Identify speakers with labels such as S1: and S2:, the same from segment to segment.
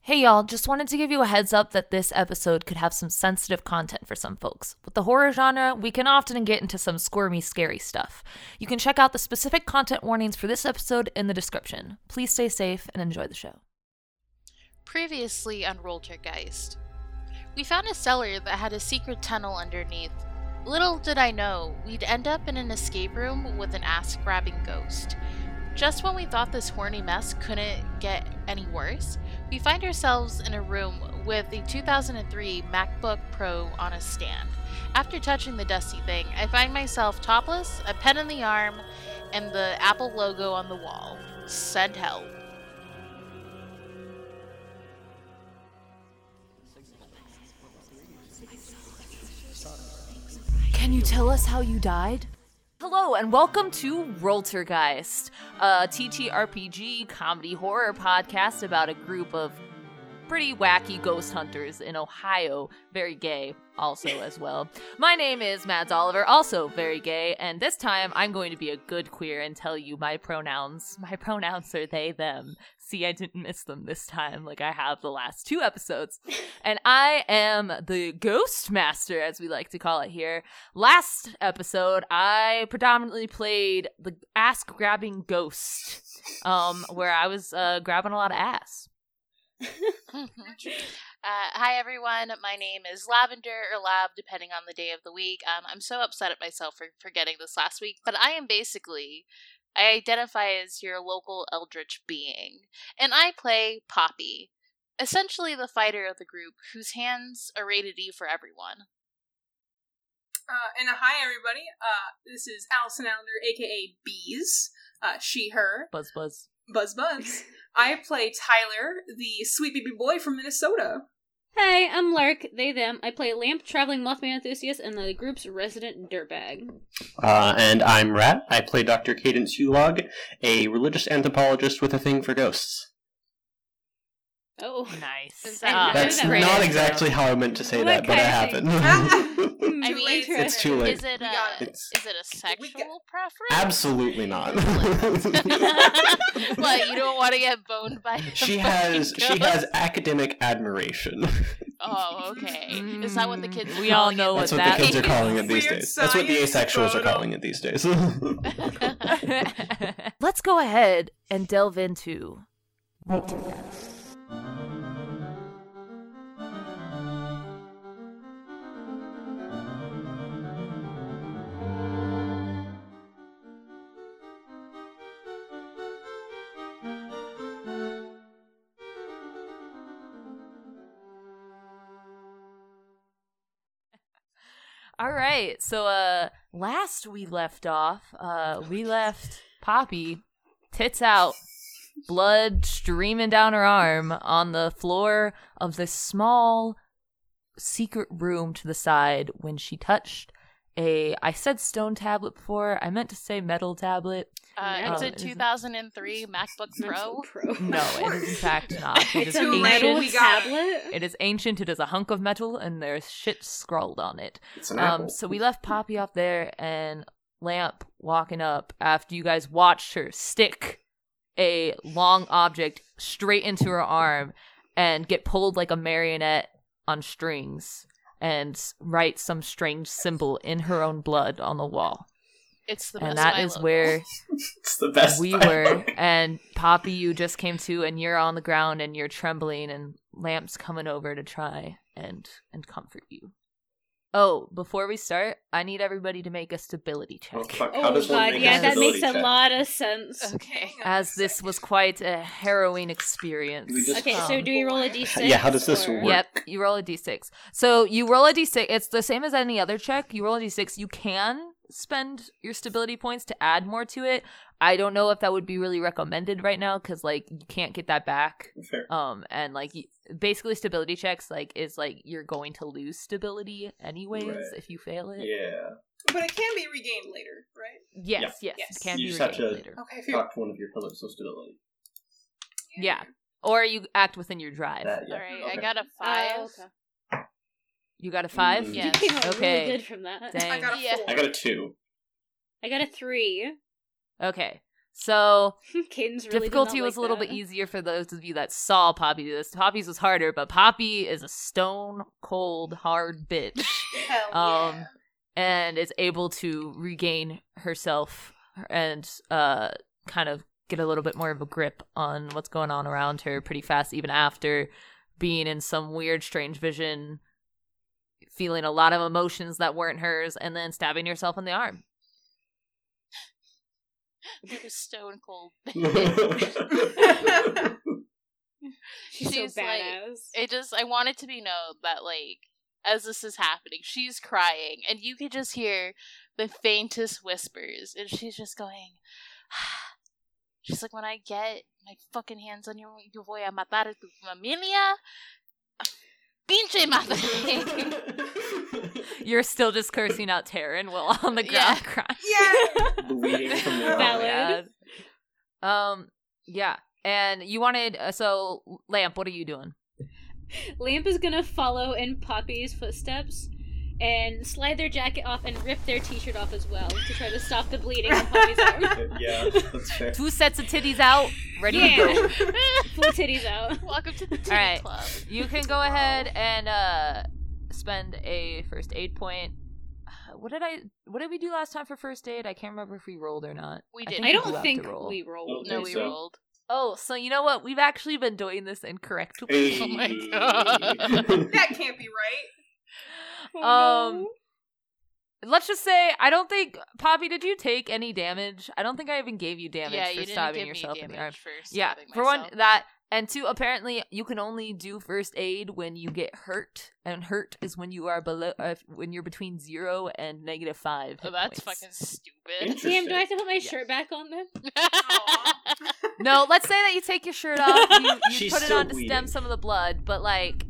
S1: Hey y'all, just wanted to give you a heads up that this episode could have some sensitive content for some folks. With the horror genre, we can often get into some squirmy, scary stuff. You can check out the specific content warnings for this episode in the description. Please stay safe and enjoy the show.
S2: Previously on Roltergeist, we found a cellar that had a secret tunnel underneath. Little did I know, we'd end up in an escape room with an ass grabbing ghost. Just when we thought this horny mess couldn't get any worse, we find ourselves in a room with a 2003 MacBook Pro on a stand. After touching the dusty thing, I find myself topless, a pen in the arm, and the Apple logo on the wall. Send help.
S1: Can you tell us how you died? Hello and welcome to Roltergeist, a TTRPG comedy horror podcast about a group of pretty wacky ghost hunters in Ohio, very gay also as well. My name is Mads Oliver, also very gay, and this time I'm going to be a good queer and tell you my pronouns. My pronouns are they them. See, I didn't miss them this time like I have the last two episodes. And I am the ghost master as we like to call it here. Last episode I predominantly played the ass grabbing ghost. Um where I was uh grabbing a lot of ass.
S2: uh, hi everyone, my name is Lavender or Lab, depending on the day of the week. Um, I'm so upset at myself for forgetting this last week, but I am basically I identify as your local eldritch being, and I play Poppy, essentially the fighter of the group, whose hands are rated E for everyone.
S3: Uh, and uh, hi, everybody. Uh, this is Allison Allender, aka Bees, uh, she, her,
S1: Buzz buzz.
S3: Buzz Buzz. I play Tyler, the sweet baby boy from Minnesota.
S4: Hi, I'm Lark, they, them. I play Lamp, Traveling Mothman Enthusiast, and the group's resident dirtbag.
S5: Uh, and I'm Rat. I play Dr. Cadence Hulog, a religious anthropologist with a thing for ghosts.
S4: Oh.
S1: Nice.
S2: Is that-
S1: Uh,
S5: That's
S4: that right.
S5: not exactly how I meant to say
S4: What
S5: that, but it
S4: kind of
S5: happened.
S2: I
S3: Too
S2: mean,
S3: late.
S5: it's too late.
S2: Is it
S3: We
S2: a
S3: got
S5: It's
S2: is it a
S3: We got-
S2: sexual preference?
S5: absolutely not.
S2: what you don't want to get boned by? a
S5: she has
S2: fucking
S5: she
S2: ghost?
S5: has academic admiration.
S2: Oh, okay. Is that what the kids?
S1: Mm,
S2: are
S1: we all
S2: calling
S1: know
S2: it?
S1: what
S5: That's what
S1: that
S5: the kids are calling it these
S3: Weird
S5: days. That's what the
S3: science
S5: asexuals are
S3: photo.
S5: calling it these days.
S1: Let's go ahead and delve into. All right. So uh last we left off, uh we left Poppy tits out, blood streaming down her arm on the floor of this small secret room to the side when she touched a I said stone tablet before, I meant to say metal tablet.
S2: Uh, it's
S1: Oh,
S2: a
S1: it is a-
S2: 2003 MacBook Pro.
S4: Pro.
S1: No, it is in fact not. It is
S4: It's a
S3: Too
S1: ancient.
S4: metal
S3: late, we got
S4: tablet.
S1: It is ancient, it is a hunk of metal, and there's shit scrawled on it.
S5: it's an
S1: Um, so we left Poppy up there and Lamp walking up after you guys watched her stick a long object straight into her arm and get pulled like a marionette on strings and write some strange symbol in her own blood on the wall.
S2: It's the
S1: and
S2: best
S1: that
S2: I
S1: is
S2: love.
S1: where
S5: it's the best.
S1: we
S5: dialogue.
S1: were. And Poppy, you just came to and you're on the ground and you're trembling and Lamp's coming over to try and and comfort you. Oh, before we start, I need everybody to make a stability check.
S5: Oh, fuck. How
S4: Oh
S5: does one
S4: god,
S5: make
S4: yeah, that
S5: stability
S4: makes a
S5: check?
S4: lot of sense.
S2: Okay.
S1: As this was quite a harrowing experience.
S5: We just-
S4: Okay, so
S1: Um,
S4: do we roll a d6?
S5: Yeah, how does this
S4: or-
S5: work?
S1: Yep, you roll a d6. So you roll a d6. It's the same as any other check. You roll a d6. You can spend your stability points to add more to it. I don't know if that would be really recommended right now because like you can't get that back.
S5: Fair.
S1: Um, and like y- basically stability checks like is like you're going to lose stability anyways
S5: Right.
S1: if you fail it.
S5: Yeah.
S3: But it can be regained later, right?
S1: Yes, yes,
S3: Yes.
S1: it can
S5: You
S1: be
S5: just have
S1: regained
S5: to-
S1: later.
S4: Oh.
S3: Okay, phew.
S5: Talk to one of your pillars of stability.
S1: Yeah. Or you act within your drive.
S5: That, yeah.
S2: All right.
S5: Okay.
S2: I got a five.
S4: Oh, okay.
S1: You got a five.
S5: Mm.
S2: Yeah.
S4: You came out
S1: Okay.
S4: really good from that.
S1: Dang.
S3: I got a
S2: Yeah.
S3: four.
S5: I got a two.
S4: I got a three.
S1: Okay. So
S4: Caden's really did not
S1: difficulty was
S4: like
S1: a little
S4: that.
S1: bit easier for those of you that saw Poppy do this. Poppy's was harder, but Poppy is a stone cold hard bitch.
S3: Hell
S1: Um,
S3: yeah.
S1: and is able to regain herself and uh kind of get a little bit more of a grip on what's going on around her pretty fast even after being in some weird strange vision feeling a lot of emotions that weren't hers and then stabbing yourself in the arm
S2: It was stone cold.
S4: She's
S2: She's
S4: so
S2: like-
S4: badass.
S2: It just I want it to be known that like as this is happening, she's crying and you can just hear the faintest whispers and she's just going She's like when I get my fucking hands on you, yo voy a matar a tu familia. Pinche madre.
S1: you're still just cursing out Taryn while on the
S2: Yeah.
S1: ground crying Um,
S3: yeah.
S5: Bleeding from the
S4: Valid.
S1: Yeah. um yeah and you wanted uh, so lamp what are you doing
S4: Lamp is gonna follow in Poppy's footsteps and slide their jacket off and rip their t-shirt off as well to try to stop the bleeding on Poppy's arm.
S5: Yeah, that's fair.
S1: two sets of titties out ready to go
S4: Yeah. Full titties out.
S2: Welcome to the titty
S1: right.
S2: club.
S1: You can go ahead and uh spend a first aid point. Uh, What did I what did we do last time for first aid? I can't remember if we rolled or not.
S2: We
S1: think
S2: didn't.
S1: we
S4: I
S1: do have
S4: don't
S1: to
S4: think
S1: roll.
S4: we rolled.
S2: No,
S5: Okay,
S2: we
S5: so-
S2: rolled.
S1: Oh, so you know what? We've actually been doing this incorrectly.
S2: Oh my God.
S3: That can't be right.
S1: Um, Let's just say I don't think Poppy, did you take any damage? I don't think I even gave you damage
S2: yeah,
S1: for
S2: you didn't
S1: stabbing
S2: give me
S1: yourself
S2: damage
S1: in the arm.
S2: for
S1: Yeah,
S2: stabbing
S1: for one
S2: myself.
S1: that and two apparently you can only do first aid when you get hurt and hurt is when you are below uh, when you're between 0 and negative 5.
S2: Oh,
S1: hit
S2: that's
S1: points.
S2: fucking stupid.
S4: Damn, do I have to put my
S1: Yes.
S4: shirt back on then?
S1: No, let's say that you take your shirt off, you, you
S5: She's
S1: put it
S5: still
S1: on to stem
S5: bleeding.
S1: some of the blood, but like,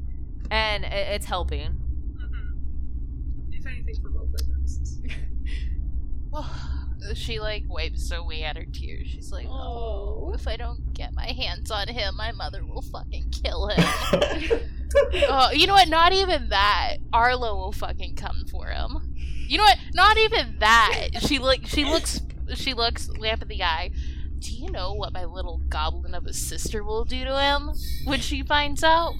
S1: and it, it's helping.
S3: Mhm. If anything, for roleplay purposes.
S2: she like wipes away at her tears. She's like, oh.
S4: Oh.
S2: if I don't get my hands on him, my mother will fucking kill him. oh, you know what? Not even that. Arlo will fucking come for him. You know what? Not even that. She like she looks she looks lamp in the eye. Do you know what my little goblin of a sister will do to him when she finds out?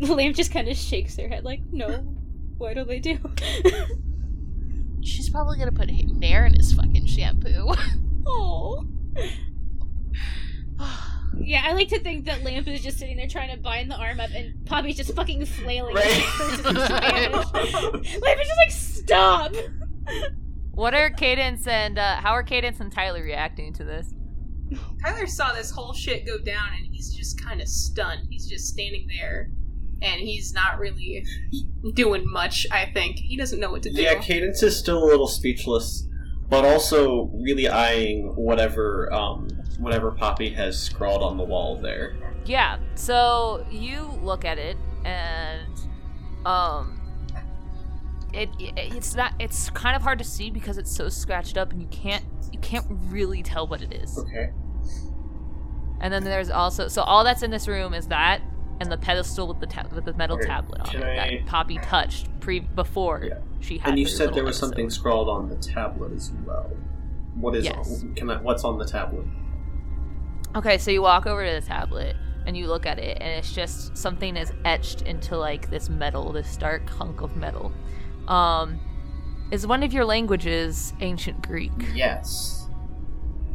S4: Lamp just kind of shakes their head like, no. Why do they do?
S2: She's probably gonna put Nair in his fucking shampoo.
S4: oh. Yeah, I like to think that Lamp is just sitting there trying to bind the arm up, and Poppy's just fucking flailing.
S5: Right.
S4: Like, curses in Spanish. Lamp is just like, stop!
S1: What are Cadence and uh, how are Cadence and Tyler reacting to this?
S3: Tyler saw this whole shit go down and he's just kind of stunned. He's just standing there and he's not really doing much, I think. He doesn't know what to do.
S5: Yeah, Cadence is still a little speechless, but also really eyeing whatever um, whatever Poppy has scrawled on the wall there.
S1: Yeah, so you look at it and um, it, it it's not it's kind of hard to see because it's so scratched up and you can't you can't really tell what it is.
S5: Okay.
S1: And then there's also so all that's in this room is that and the pedestal with the ta- with the metal
S5: Okay,
S1: tablet on it
S5: can I-
S1: that Poppy touched pre before
S5: Yeah.
S1: she had.
S5: And you
S1: her
S5: said
S1: little
S5: there was
S1: episode.
S5: something scrawled on the tablet as well. What is
S1: Yes.
S5: on, can I, what's on the tablet?
S1: Okay, so you walk over to the tablet and you look at it, and it's just something is etched into like this metal, this dark hunk of metal. Um, is one of your languages ancient Greek?
S5: Yes.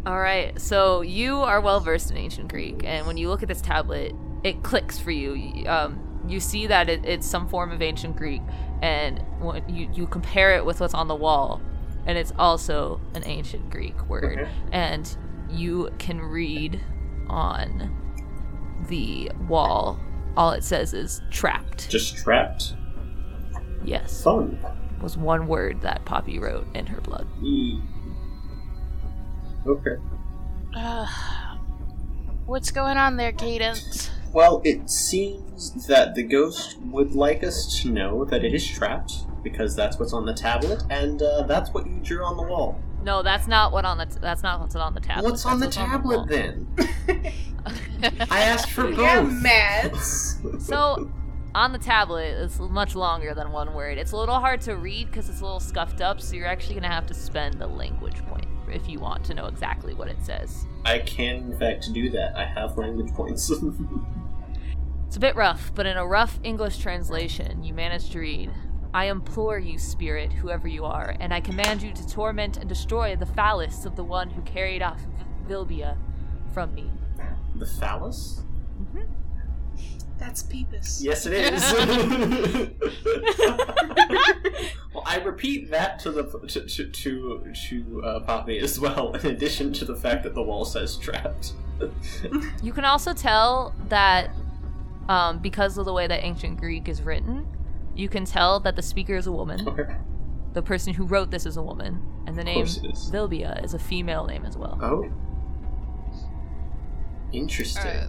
S1: All right, so you are well versed in ancient Greek, and when you look at this tablet, it clicks for you. Y- Um, you see that it, it's some form of ancient Greek, and when you, you compare it with what's on the wall, and it's also an ancient Greek word.
S5: Okay.
S1: And you can read on the wall. All it says is trapped.
S5: Just trapped.
S1: Yes,
S5: Fun.
S1: was one word that Poppy wrote in her blood.
S5: Mm. Okay.
S2: Ugh. Uh, what's going on there, Cadence?
S5: Well, it seems that the ghost would like us to know that it is trapped because that's what's on the tablet, and uh, that's what you drew on the wall.
S1: No, that's not what on the t- that's not what's on the tablet.
S5: what's on the
S1: That's
S5: tablet
S1: wall.
S5: then? I asked for both.
S3: Yeah, Mads.
S1: So, on the tablet, it's much longer than one word. It's a little hard to read because it's a little scuffed up, so you're actually going to have to spend a language point. if you want to know exactly what it says.
S5: I can, in fact, do that. I have language points.
S1: It's a bit rough, but in a rough English translation, you manage to read I implore you, spirit, whoever you are, and I command you to torment and destroy the phallus of the one who carried off Vilbia from me.
S5: the phallus?
S3: That's Peepus.
S5: Yes, it is. well, I repeat that to the to to to, to uh, Poppy as well. In addition to the fact that the wall says trapped.
S1: You can also tell that um, because of the way that ancient Greek is written, you can tell that the speaker is a woman.
S5: Okay.
S1: The person who wrote this is a woman, and the name
S5: course it is.
S1: Vilbia is a female name as well.
S5: Oh. Interesting.
S2: Alright.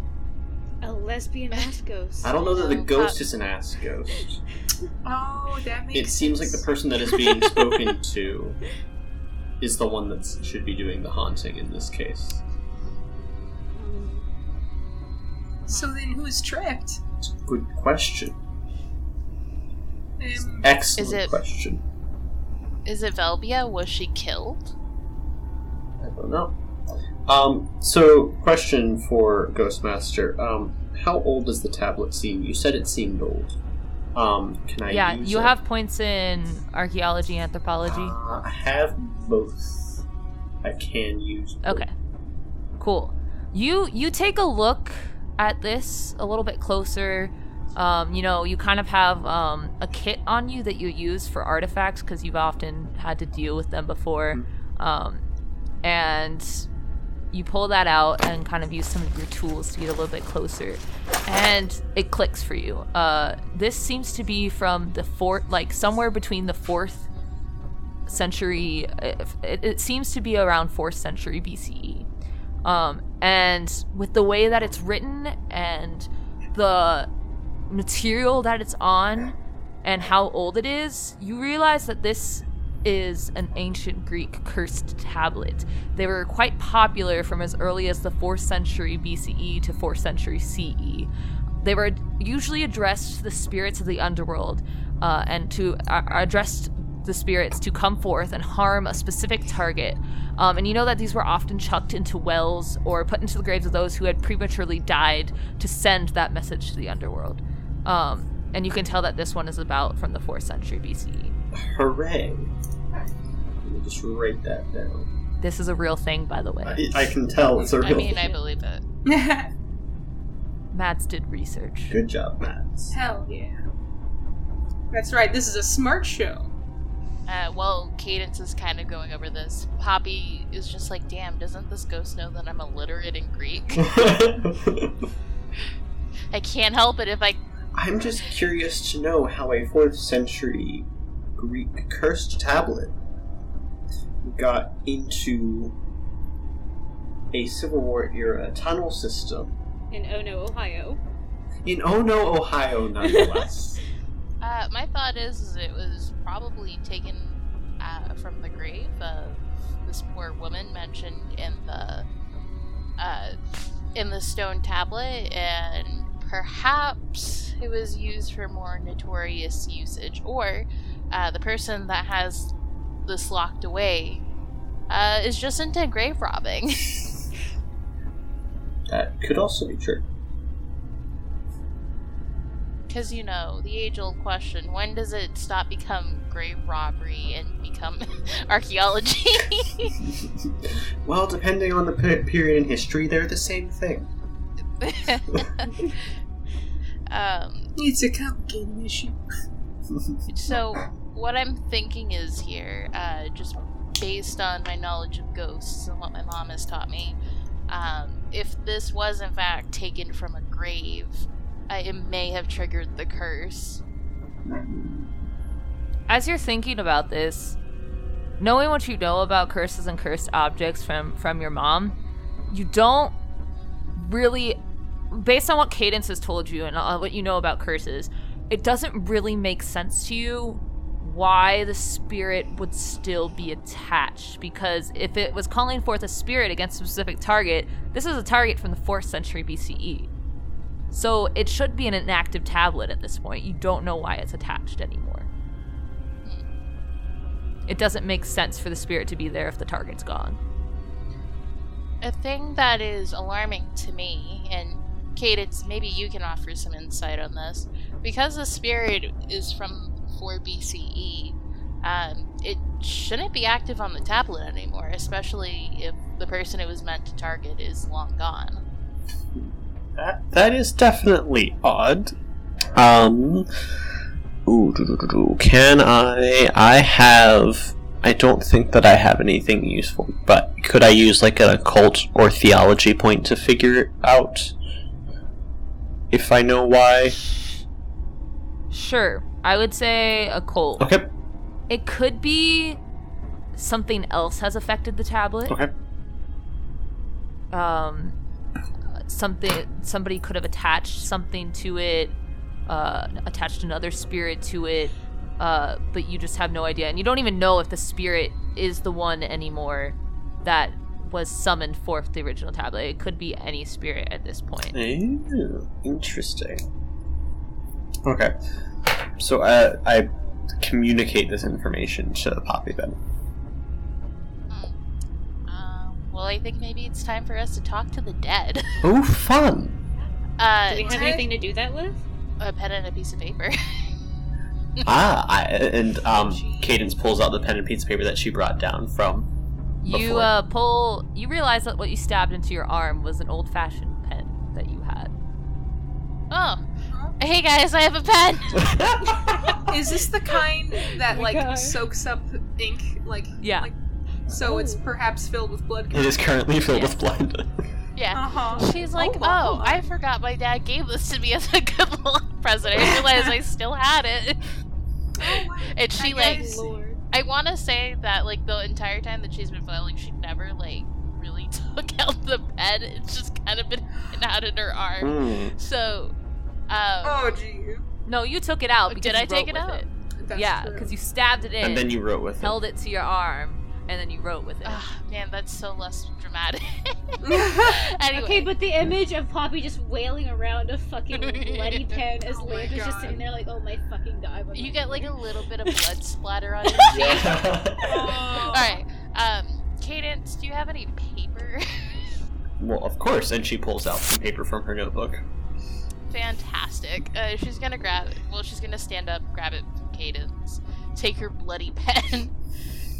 S4: A lesbian ass ghost.
S5: I don't know that the
S2: Oh,
S5: ghost
S2: Pop-
S5: is an ass ghost.
S3: Oh, that makes
S5: It seems like the
S3: sense.
S5: person that is being spoken to is the one that should be doing the haunting in this case.
S3: So then who's trapped?
S5: Good question.
S3: Um,
S5: Excellent
S2: Is it-
S5: question.
S2: Is it Velbia? Was she killed?
S5: I don't know. Um, so, question for Ghostmaster. Um, how old does the tablet seem? You said it seemed old. Um, can I
S1: yeah,
S5: use
S1: you
S5: it?
S1: have points in archaeology, anthropology.
S5: Uh, I have both. I can use both.
S1: Okay. Cool. You you take a look at this a little bit closer. Um, you know, you kind of have um, a kit on you that you use for artifacts because you've often had to deal with them before. Um, and you pull that out and kind of use some of your tools to get a little bit closer. And it clicks for you. Uh, this seems to be from the fourth, like somewhere between the fourth century it, it seems to be around 4th century bce um, and with the way that it's written and the material that it's on and how old it is you realize that this is an ancient greek cursed tablet they were quite popular from as early as the 4th century bce to 4th century ce they were usually addressed to the spirits of the underworld uh, and to are are addressed the spirits to come forth and harm a specific target um, and you know that these were often chucked into wells or put into the graves of those who had prematurely died to send that message to the underworld um, and you can tell that this one is about from the 4th century E. bce
S5: Hooray. Let me just write that down.
S1: this is a real thing by the way
S5: I, I can tell it's a
S2: I
S5: real.
S2: mean, I believe it.
S1: mads did research
S5: Good job, Mads.
S3: Hell yeah. That's right, this is a smart show.
S2: Uh, well, Cadence is kind of going over this. Poppy is just like, damn, doesn't this ghost know that I'm illiterate in Greek? I can't help it if I.
S5: I'm just curious to know how a 4th century Greek cursed tablet got into a Civil War era tunnel system
S4: In Oh No, Ohio.
S5: in Ono, Ohio, nonetheless.
S2: Uh, my thought is, is it was probably taken uh, from the grave of this poor woman mentioned in the uh, in the stone tablet, and perhaps it was used for more notorious usage, or uh, the person that has this locked away uh, is just into grave robbing.
S5: that could also be true.
S2: Because, you know, the age old question when does it stop become grave robbery and become archaeology?
S5: well, depending on the pe- period in history, they're the same thing.
S2: um,
S3: It's a complicated issue.
S2: so, what I'm thinking is here, uh, just based on my knowledge of ghosts and what my mom has taught me, um, if this was in fact taken from a grave, uh, it may have triggered the curse.
S1: as you're thinking about this, knowing what you know about curses and cursed objects from from your mom, you don't really, based on what Cadence has told you and uh, what you know about curses, it doesn't really make sense to you why the spirit would still be attached because if it was calling forth a spirit against a specific target this is a target from the 4th century bce so it should be an inactive tablet at this point you don't know why it's attached anymore It doesn't make sense for the spirit to be there if the target's gone.
S2: A thing that is alarming to me, and Kate, it's maybe you can offer some insight on this, because the spirit is from 4 BCE, E, um, it shouldn't be active on the tablet anymore, especially if the person it was meant to target is long gone.
S6: That, that is definitely odd. Um. Ooh, do, do, do, do. Can I? I have. I don't think that I have anything useful, but could I use like an occult or theology point to figure it out? If I know why.
S1: Sure, I would say a cult.
S6: Okay.
S1: It could be something else has affected the tablet.
S6: Okay.
S1: um something somebody could have attached something to it uh attached another spirit to it uh but you just have no idea and you don't even know if the spirit is the one anymore that was summoned forth the original tablet it could be any spirit at this point
S6: Ooh, interesting. Okay. So uh, I communicate this information to Poppy then.
S2: Uh, well, I think maybe it's time for us to talk to the dead.
S6: Oh, fun!
S2: Uh,
S4: Do we have anything to do that with?
S2: A pen and a piece of paper.
S6: ah, I, and um, Cadence pulls out the pen and piece of paper that she brought down from.
S1: you
S6: Before.
S1: uh pull you realize that what you stabbed into your arm was an old-fashioned pen that you had
S2: Oh, hey guys, I have a pen.
S3: Is this the kind that
S4: my
S3: like
S4: God.
S3: soaks up ink, like
S1: yeah
S3: Like- so it's perhaps filled with blood?
S6: It is currently filled with blood.
S2: Yeah.
S3: Uh huh.
S2: She's like, oh,
S3: Oh, wow.
S2: I forgot my dad gave this to me as a good luck present. I realized I still had it. And she like,
S3: guess-
S4: Lord.
S2: I want to say that like the entire time that she's been filing, she never like really took out the pen. It's just kind of been hanging out in her arm.
S6: Mm.
S2: So, um,
S3: Oh gee.
S1: no you took it out
S2: Did
S1: because
S2: I
S1: you
S2: take
S1: wrote
S2: it
S1: with
S2: out?
S3: That's
S1: yeah
S3: true.
S1: because you stabbed it in
S6: And then you wrote with it.
S1: held it to your arm and then you wrote with it
S2: ah, man, that's so less dramatic. anyway,
S4: Okay, but the image of Poppy just wailing around a fucking bloody pen as
S3: Oh my
S4: Lamb is just
S3: God.
S4: sitting there like, oh my fucking god. what am
S2: you
S4: I
S2: get like
S4: doing?"
S2: a little bit of blood splatter on your cheek.
S6: Yeah.
S2: All right, um, Cadence, do you have any paper?
S6: well, of course. And she pulls out some paper from her notebook.
S2: Fantastic. Uh, she's gonna grab it. Well, she's gonna stand up, grab it from Cadence, take her bloody pen.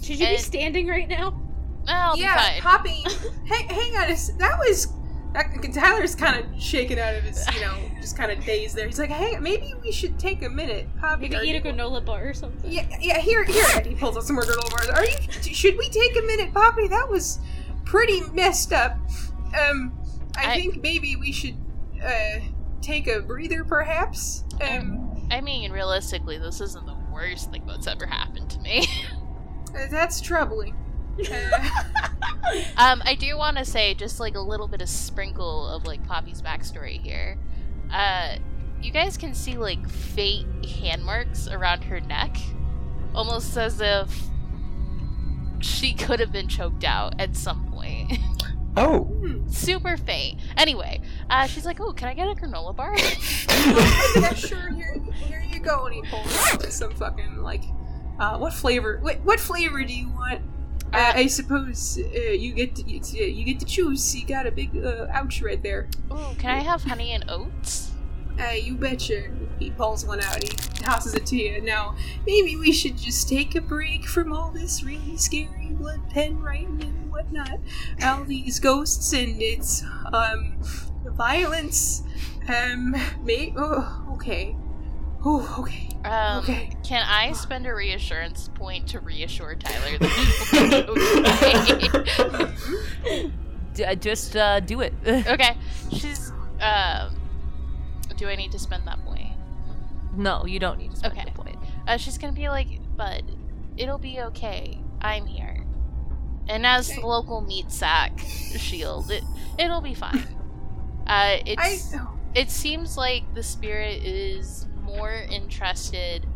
S4: Should you be
S2: and-
S4: standing right now?
S2: I'll
S3: yeah,
S2: be fine.
S3: Poppy. Hang, hang on. A, s- that was. That, Tyler's kind of shaken out of his, you know, just kind of dazed there. He's like, "Hey, maybe we should take a minute, Poppy."
S4: Maybe
S3: are
S4: eat a
S3: you-
S4: granola bar or something.
S3: Yeah, yeah. Here, here. He pulls out some more granola bars. Are you? Should we take a minute, Poppy? That was pretty messed up. Um, I,
S2: I-
S3: think maybe we should uh take a breather, perhaps. Um,
S2: I mean, realistically, this isn't the worst thing that's ever happened to me.
S3: uh, that's troubling. Uh,
S2: um, I do want to say just like a little bit of sprinkle of like Poppy's backstory here. Uh, you guys can see like faint hand marks around her neck, almost as if she could have been choked out at some point.
S6: Oh.
S2: super faint. Anyway, uh, she's like, "Oh, can I get a granola bar?"
S3: yeah, sure. Here, here you go. And he pulls out some fucking like, uh, what flavor? What, what flavor do you want? Uh, I suppose uh, you get to, you, you get to choose. You got a big uh, ouch right there.
S2: Ooh, can I have honey and oats?
S3: Uh, you betcha. He pulls one out. He tosses it to you. Now, maybe we should just take a break from all this really scary blood pen writing and whatnot. All these ghosts and its um violence. Um, may oh, okay. Oh, okay.
S2: Um,
S3: Okay.
S2: Can I spend a reassurance point to reassure Tyler that he's okay?
S1: D- uh, just uh, do it.
S2: okay, she's. Um, do I need to spend that point?
S1: no, you don't need to spend
S2: Okay.
S1: the point.
S2: Uh, she's gonna be like, "But it'll be okay. I'm here." And as the local meat sack shield, it it'll be fine. Uh,
S3: I.
S2: it's.
S3: oh.
S2: it seems like the spirit is more interested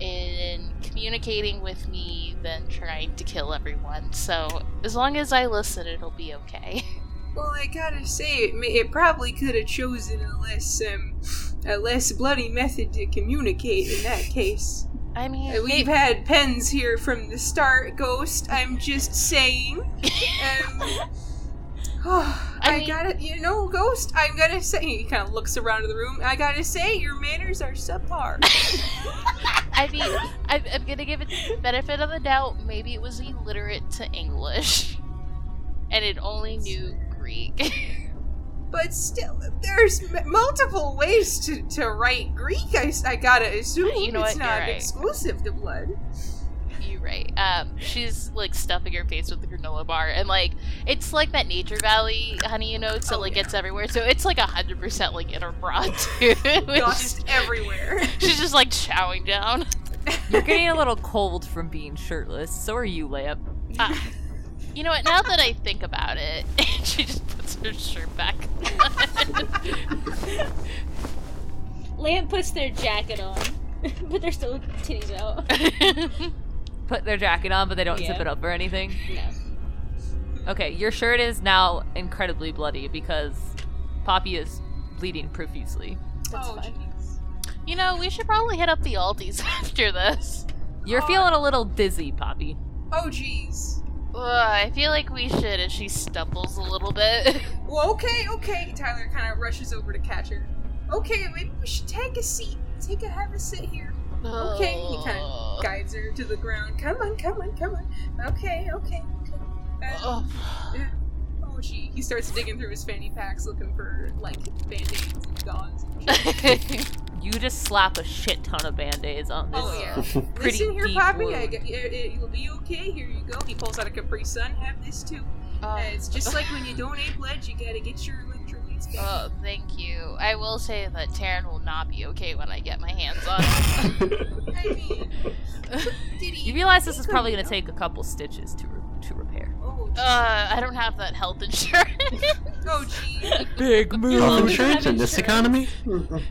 S2: in communicating with me than trying to kill everyone. So as long as I listen, it'll be okay.
S3: Well, I gotta say, it, ma- it probably could have chosen a less, um, a less bloody method to communicate in that case.
S2: I mean,
S3: Uh, We've had pens here from the start, Ghost. I'm just saying. Um, I,
S2: mean-
S3: gotta, you know, Ghost. I'm gonna say. He kind of looks around the room. I gotta say, your manners are subpar.
S2: I mean, I'm, I'm gonna give it the benefit of the doubt. Maybe it was illiterate to English, and it only knew Greek.
S3: but still, there's m- multiple ways to, to write Greek. I, s- I gotta assume
S2: You know what?
S3: it's
S2: You're
S3: not
S2: right.
S3: exclusive to blood.
S2: You're right. Um, she's like stuffing her face with the granola bar, and like it's like that Nature Valley honey, you know, so
S3: Oh,
S2: like
S3: yeah.
S2: it's everywhere. So it's like hundred percent like in her bra too. she's,
S3: Dust everywhere.
S2: she's just like chowing down.
S1: You're getting a little cold from being shirtless. So are you, Lamp.
S2: Ah. you know what? Now that I think about it, she just puts her shirt back.
S4: Lamp puts their jacket on, but they're still titties out.
S2: on.
S1: Put their jacket on, but they don't zip
S4: Yeah.
S1: it up or anything.
S4: No.
S1: Okay, your shirt is now incredibly bloody because Poppy is bleeding profusely.
S3: oh, jeez.
S2: you know, we should probably hit up the Aldi's after this.
S1: You're
S2: Oh,
S1: feeling a little dizzy, Poppy.
S3: Oh, jeez.
S2: Ugh, I feel like we should, and she stumbles a little bit.
S3: Well, okay, okay. Tyler kind of rushes over to catch her. Okay, maybe we should take a seat. Take a have a sit here. Okay, he kind of guides her to the ground. Come on, come on, come on. Okay, okay, okay. Uh,
S2: Ugh.
S3: oh, gee. He starts digging through his fanny packs looking for, like, band aids and gauze and shit.
S1: You just slap a shit ton of band-aids on this.
S3: Oh, yeah.
S1: Pretty
S3: Listen here,
S1: deep
S3: Poppy.
S1: wound.
S3: I, got- it, it, you'll be okay. Here you go. He pulls out a Capri Sun. Have this, too.
S1: Oh.
S3: Uh, it's just like when you donate blood, you gotta get your electrolytes back.
S2: Oh, thank you. I will say that Taryn will not be okay when I get my hands on him.
S3: I mean, did he?
S1: You realize this is probably going to take a couple stitches to re- to repair.
S3: Oh,
S2: Uh, I don't have that health insurance.
S3: oh, gee.
S1: Big
S6: Health
S4: Well,
S6: insurance in this economy?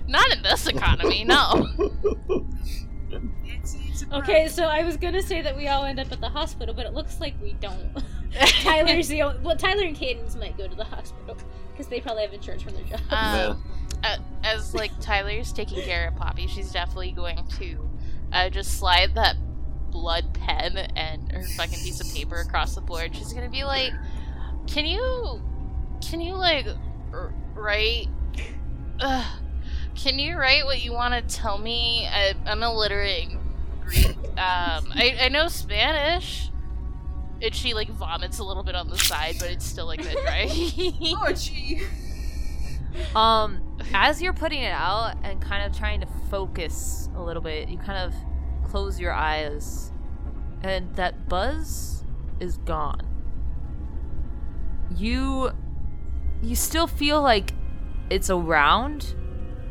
S2: not in this economy, no.
S3: It's, it's a
S4: Okay, so I was gonna say that we all end up at the hospital, but it looks like we don't. Tyler's the only, well, Tyler and Cadence might go to the hospital because they probably have insurance from their job.
S2: Um, uh, as like Tyler's taking care of Poppy, she's definitely going to uh, just slide that blood pen and her fucking piece of paper across the board. She's gonna be like, "Can you, can you like r- write? Ugh, can you write what you want to tell me? I, I'm illiterate in Greek. Um, I, I know Spanish." And she like vomits a little bit on the side, but it's still like that dry.
S3: Oh, gee.
S1: Um, as you're putting it out and kind of trying to focus a little bit, you kind of close your eyes, and that buzz is gone. You, you still feel like it's around,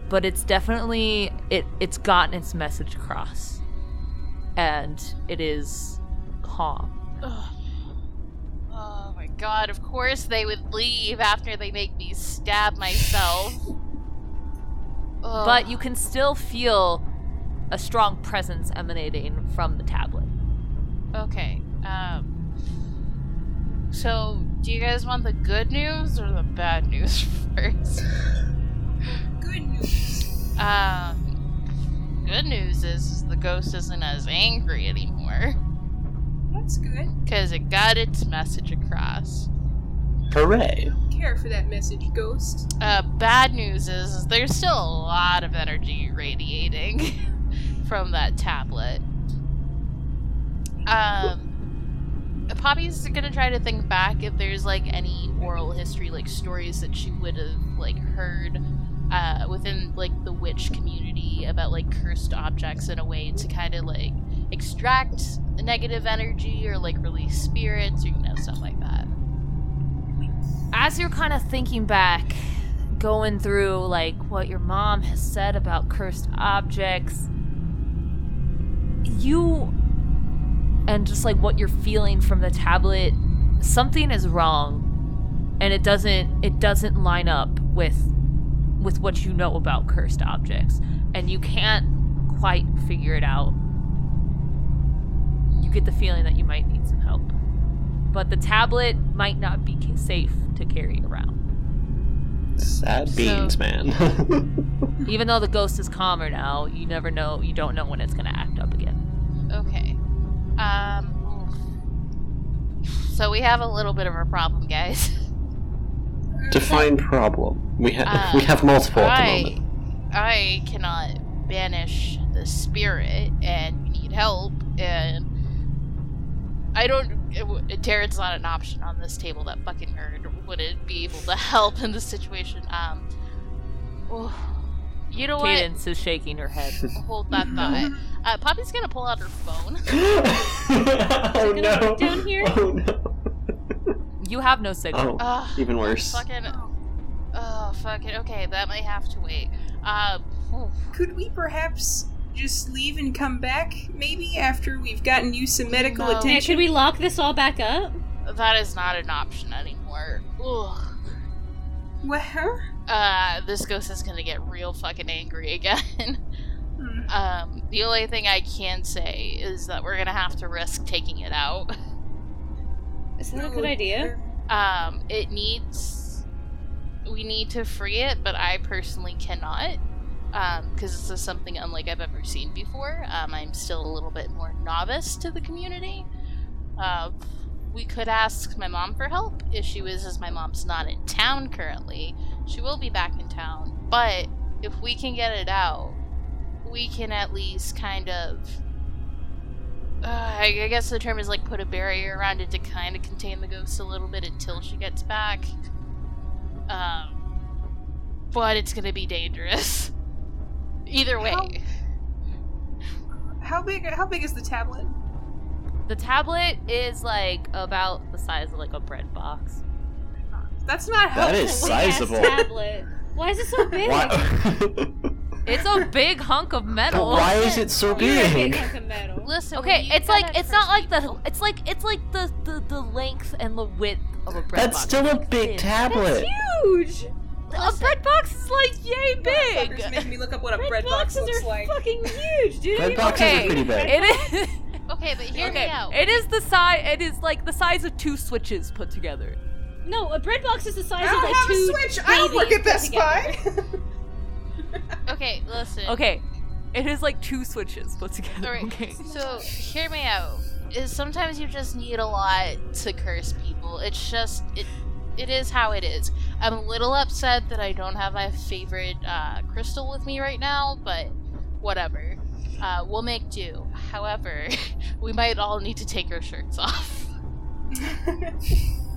S1: but it's definitely it. It's gotten its message across, and it is calm.
S2: Ugh. Oh my god, of course they would leave after they make me stab myself. Ugh.
S1: but you can still feel a strong presence emanating from the tablet.
S2: Okay. Um So, do you guys want the good news or the bad news first?
S3: Good news.
S2: Um Good news is the ghost isn't as angry anymore
S3: That's good.
S2: cuz it got its message across.
S6: Hooray.
S3: Care for that message, Ghost.
S2: Uh, bad news is, is there's still a lot of energy radiating from that tablet. Um, Poppy's gonna try to think back if there's like any oral history, like stories that she would have like heard uh, within like the witch community about like cursed objects in a way to kind of like extract negative energy or like release spirits or you know stuff like that.
S1: As you're kind of thinking back, going through like what your mom has said about cursed objects, you and just like what you're feeling from the tablet, something is wrong and it doesn't it doesn't line up with with what you know about cursed objects and you can't quite figure it out. You get the feeling that you might need some help but the tablet might not be ca- safe to carry around.
S6: Sad beans, man.
S1: Even though the ghost is calmer now, you never know. You don't know when it's going to act up again.
S2: Okay. Um. oof. So we have a little bit of a problem, guys.
S6: Define problem. We ha-
S2: Uh,
S6: we have multiple at the moment.
S2: I, I cannot banish the spirit, and we need help. And I don't. It, w- Darren's not an option on this table. That fucking nerd wouldn't be able to help in this situation. Um, oof. you know what?
S1: Cadence is shaking her head.
S2: Hold that thought. Uh, Poppy's gonna pull out her phone.
S6: oh
S4: Gonna
S6: no!
S4: look down here?
S6: Oh no!
S1: You have no signal.
S6: Oh,
S2: Ugh.
S6: even worse.
S2: Fucking.
S4: Uh,
S2: Oh, fucking. Okay, that might have to wait. Um, oof.
S3: Could we perhaps just leave and come back? Maybe after we've gotten you some medical
S2: No.
S4: Hey,
S3: attention.
S4: should we lock this all back up?
S2: that is not an option anymore. Ugh.
S3: What? Huh?
S2: Uh, this ghost is gonna get real fucking angry again.
S3: Hmm.
S2: um, the only thing I can say is that we're gonna have to risk taking it out.
S4: Is
S3: Oh,
S4: that a good idea?
S2: Um, it needs. We need to free it, but I personally cannot. Um, because this is something unlike I've ever seen before. Um, I'm still a little bit more novice to the community. Uh, we could ask my mom for help. Issue is, is my mom's not in town currently. She will be back in town, but if we can get it out, we can at least kind of. Uh, I I guess the term is like put a barrier around it to kind of contain the ghost a little bit until she gets back. Um, but it's gonna be dangerous. Either way.
S3: How- How big? How big is the tablet?
S6: Oh.
S1: The tablet is like about the size of like a bread box.
S3: That's not
S6: That
S3: helpful.
S6: is
S4: Big ass
S6: sizable.
S4: tablet. Why is it so big?
S6: Why?
S1: It's a big hunk of
S6: But
S1: metal.
S6: why is it so
S4: You're a big
S6: big?
S4: hunk of metal.
S2: Listen. when
S1: Okay,
S2: you
S1: it's
S2: got
S1: like
S2: it
S1: it's not
S2: first,
S1: like
S2: people-
S1: the it's like it's like the the, the length and the width of a bread
S6: That's
S1: box.
S6: still a big
S1: It's
S6: tablet.
S4: Huge.
S1: A bread box is like yay big.
S3: Motherfuckers make me look up what a
S4: Red,
S3: bread box
S4: boxes
S3: looks
S4: are
S3: like.
S4: fucking huge, dude.
S6: Red boxes
S1: Okay.
S6: are pretty big.
S1: It is.
S2: Okay, but hear
S1: okay,
S2: me out.
S1: it is the size. It is like the size of two switches put together.
S4: No, a bread box is the size
S3: I
S4: of
S3: don't
S4: like
S3: have
S4: two.
S3: a switch. I don't work
S4: babies
S3: at
S4: put
S3: Best
S4: together.
S3: Buy.
S2: okay, listen.
S1: Okay, it is like two switches put together.
S2: All right.
S1: Okay.
S2: So hear me out. Is sometimes you just need a lot to curse people. It's just it. It is how it is. I'm a little upset that I don't have my favorite uh, crystal with me right now, but whatever. Uh, we'll make do. However, we might all need to take our shirts off.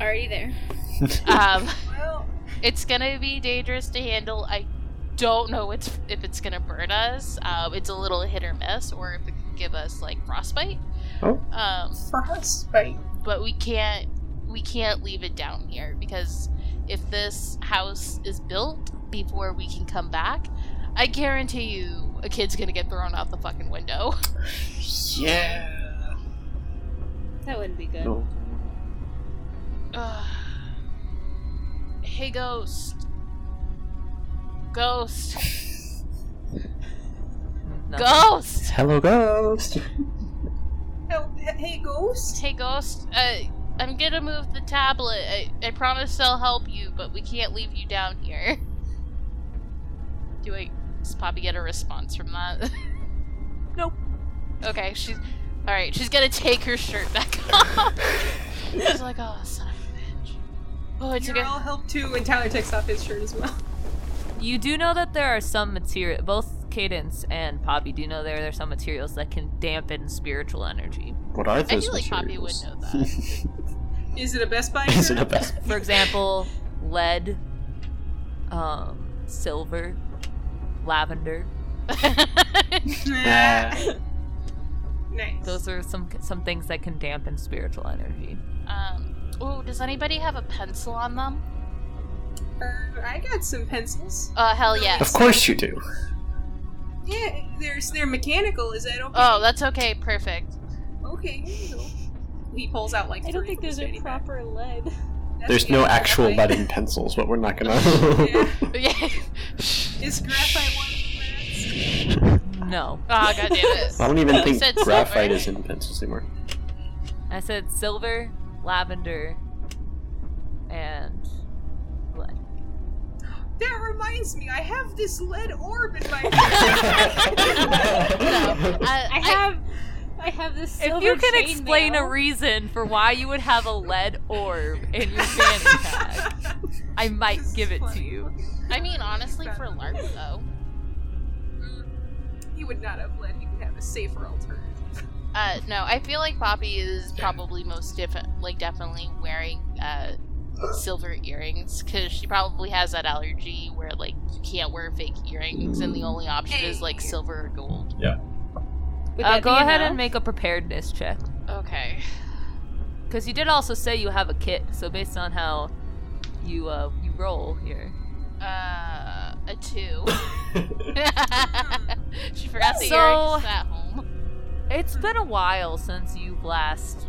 S4: Already there.
S2: Um,
S3: well,
S2: It's gonna be dangerous to handle. I don't know it's, if it's gonna burn us. Um, it's a little hit or miss, or if it could give us like frostbite.
S6: Oh.
S2: Um,
S3: frostbite.
S2: but we can't we can't leave it down here because if this house is built before we can come back, I guarantee you a kid's gonna get thrown out the fucking window.
S6: Yeah.
S4: That wouldn't be good.
S6: No.
S2: Ugh. hey, ghost. Ghost.
S1: No.
S2: Ghost.
S6: Hello, ghost.
S3: No, h- hey, ghost.
S2: Hey, Ghost, uh, I'm gonna move the tablet. I, I promise I'll help you, but we can't leave you down here. Do I. Does Poppy get a response from that?
S1: Nope.
S2: Okay, she's. Alright, she's gonna take her shirt back off. she's like, oh, son of a bitch. Oh, it's
S3: You're
S2: okay.
S3: all help too, and Tyler takes off his shirt as well.
S1: You do know that there are some material. Both Cadence and Poppy do know there are some materials that can dampen spiritual energy.
S6: What are those
S2: I feel like Poppy would
S6: materials?
S2: know that.
S3: Is it a Best Buy?
S6: Is
S3: shirt?
S6: it a best?
S1: For example, lead, um, silver, lavender.
S6: Nah.
S3: nice.
S1: Those are some some things that can dampen spiritual energy.
S2: um, oh, does anybody have a pencil on them?
S3: Uh, I got some pencils.
S2: Uh, hell
S6: Of
S2: yes.
S6: course you do.
S3: Yeah, there's they're mechanical. Is that okay?
S2: Oh, that's okay, perfect.
S3: Okay. here you go. He pulls out like.
S4: I don't
S3: three
S4: think
S3: from his
S4: those are
S3: fanny pack.
S4: proper lead.
S3: That's
S6: There's
S3: the
S6: no
S3: other
S6: actual
S3: graphite.
S6: lead in pencils, but we're
S3: Yeah.
S6: not gonna.
S2: Yeah.
S3: Is graphite one of the reds?
S1: No,
S2: Ah, goddamn it.
S6: I don't even think
S2: Said silver.
S6: graphite is in pencils anymore.
S1: I said silver, lavender, and lead.
S3: That reminds me, I have this lead orb in my.
S2: No, I,
S4: I have, I, have this silver
S1: If you can
S4: chain
S1: explain
S4: mail.
S1: a reason for why you would have a lead orb in your fanny pack, I might
S3: This is
S1: give it to
S3: funny.
S1: you.
S2: I mean, honestly, for LARP though,
S3: He would not have let him have a safer alternative.
S2: uh, no, I feel like Poppy is probably most defi- like definitely wearing uh, silver earrings because she probably has that allergy where like you can't wear fake earrings and the only option is like silver or gold.
S4: Would
S1: Uh,
S4: that
S1: go
S4: be
S1: ahead
S4: enough?
S1: and make a preparedness check.
S2: Okay.
S1: Because you did also say you have a kit, so based on how you uh, you roll here.
S2: Uh, a two. she forgot the
S1: So-
S2: earrings at home.
S1: It's been a while since you've last.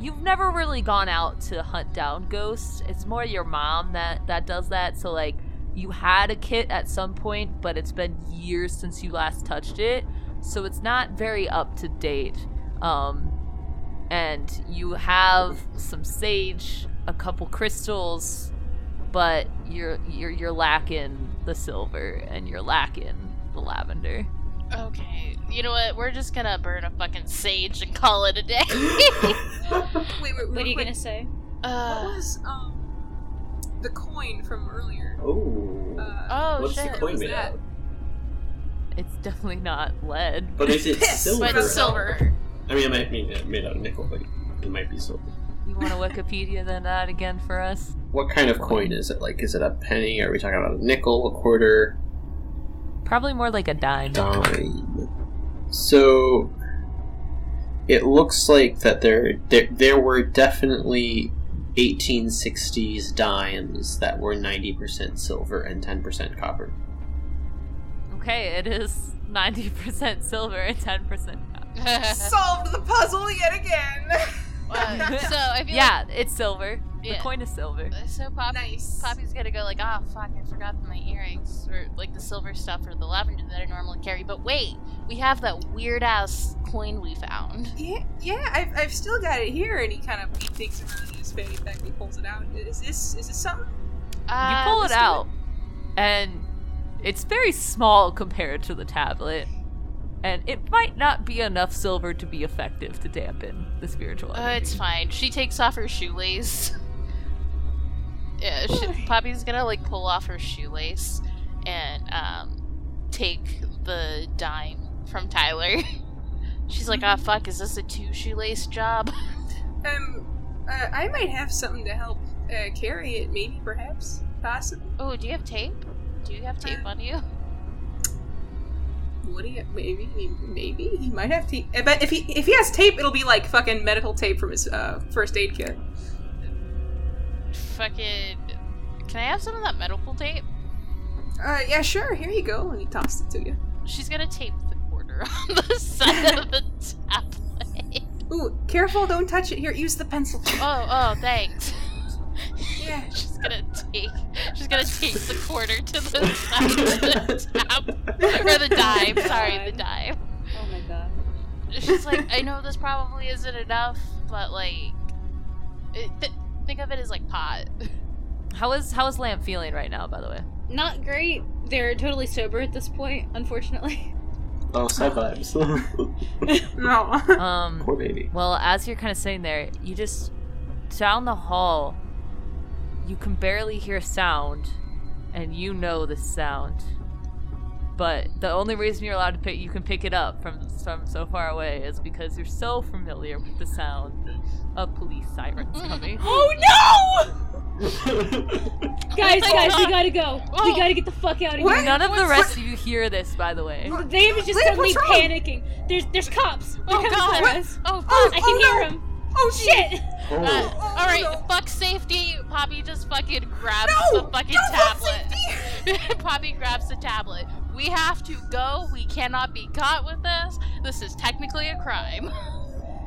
S1: You've never really gone out to hunt down ghosts. It's more your mom that that does that. So like, you had a kit at some point, but it's been years since you last touched it, so it's not very up to date. Um, and you have some sage, a couple crystals, but you're you're you're lacking the silver and you're lacking the lavender.
S2: Okay. You know what? We're just gonna burn a fucking sage and call it a day.
S3: Wait, wait, wait.
S4: What are you gonna say?
S3: What
S2: uh,
S3: was um the coin from earlier?
S5: oh.
S3: Uh,
S2: oh
S5: What's
S2: shit.
S5: the coin
S3: was
S5: made
S3: that?
S5: out of?
S1: It's definitely not lead.
S6: But is it
S3: Piss,
S6: silver?
S2: But silver.
S6: I mean, it might be made out of nickel, but it might be silver.
S1: You want to Wikipedia then that again for us?
S6: What kind of coin is it? Like, is it a penny? Are we talking about a nickel, a quarter,
S1: Probably more like a dime.
S6: dime? So it looks like that there there, there were definitely 1860s dimes that were 90% silver and 10% copper.
S1: Okay, it is 90% silver and 10% copper.
S2: uh,
S3: Solved the puzzle yet again.
S2: so I feel
S1: Yeah, it's silver. The
S2: Yeah.
S1: coin is silver.
S2: like uh, so Poppy,
S3: Nice.
S2: Poppy's gonna go like, ah, fuck, I forgot my earrings or like the silver stuff or the lavender that I normally carry. But wait, we have that weird ass coin we found.
S3: yeah, yeah. I've, I've still got it here, and he kind of he digs around in his fanny pack and he pulls it out. Is this is this something?
S1: You
S2: Uh,
S1: pull it
S2: let's do
S1: out, and it's very small compared to the tablet, and it might not be enough silver to be effective to dampen the spiritual.
S2: Uh, it's
S1: energy.
S2: fine. She takes off her shoelace. yeah, she, Poppy's gonna like pull off her shoelace and um, take the dime from Tyler. She's like, ah, fuck, is this a two shoelace job?
S3: Um, uh, I might have something to help uh, carry it. Maybe, perhaps, possibly.
S2: Oh, do you have tape? Do you have tape on you?
S3: Would he? Maybe, he- maybe he might have tape. But if he if he has tape, it'll be like fucking medical tape from his uh, first aid kit.
S2: Fucking. Can I have some of that medical tape?
S3: Uh, yeah, sure. Here you go. And he tosses it to you.
S2: She's gonna tape the quarter on the side of the tablet.
S3: Ooh, careful! Don't touch it. Here, use the pencil.
S2: Oh, oh, thanks.
S3: Yeah.
S2: She's gonna take. She's gonna take the quarter to the side of the tap or the dime. Sorry, the dime.
S4: Oh my god.
S2: She's like, I know this probably isn't enough, but like, it, th- think of it as like pot.
S1: How is how is Lamb feeling right now? By the way,
S4: Not great. They're totally sober at this point, unfortunately.
S6: Oh, side vibes.
S3: No.
S1: um,
S6: Poor baby.
S1: Well, as you're kind of sitting there, you just down the hall, you can barely hear sound, and you know the sound. But the only reason you're allowed to pick, you can pick it up from from so far away, is because you're so familiar with the sound of police sirens coming.
S3: oh no!
S4: Guys,
S2: my
S4: guys, we
S2: God.
S4: gotta go.
S2: Oh.
S4: We gotta get the fuck out of
S3: What?
S4: here.
S1: None of the
S2: What's-
S1: rest of you hear this, by the way.
S4: Liam is just
S3: Liam,
S4: suddenly
S3: what's wrong?
S4: panicking. There's there's cops. They're
S2: Oh
S4: coming
S2: god!
S4: for us.
S2: Oh,
S3: Oh,
S4: I can
S3: oh,
S4: hear
S3: no.
S4: him.
S3: Oh
S4: Shit.
S2: Uh,
S6: Oh.
S2: all right,
S3: no.
S2: fuck safety. Poppy just fucking grabs
S3: No!
S2: the fucking
S3: No, fuck
S2: tablet. Poppy grabs the tablet. We have to go. We cannot be caught with this. This is technically a crime.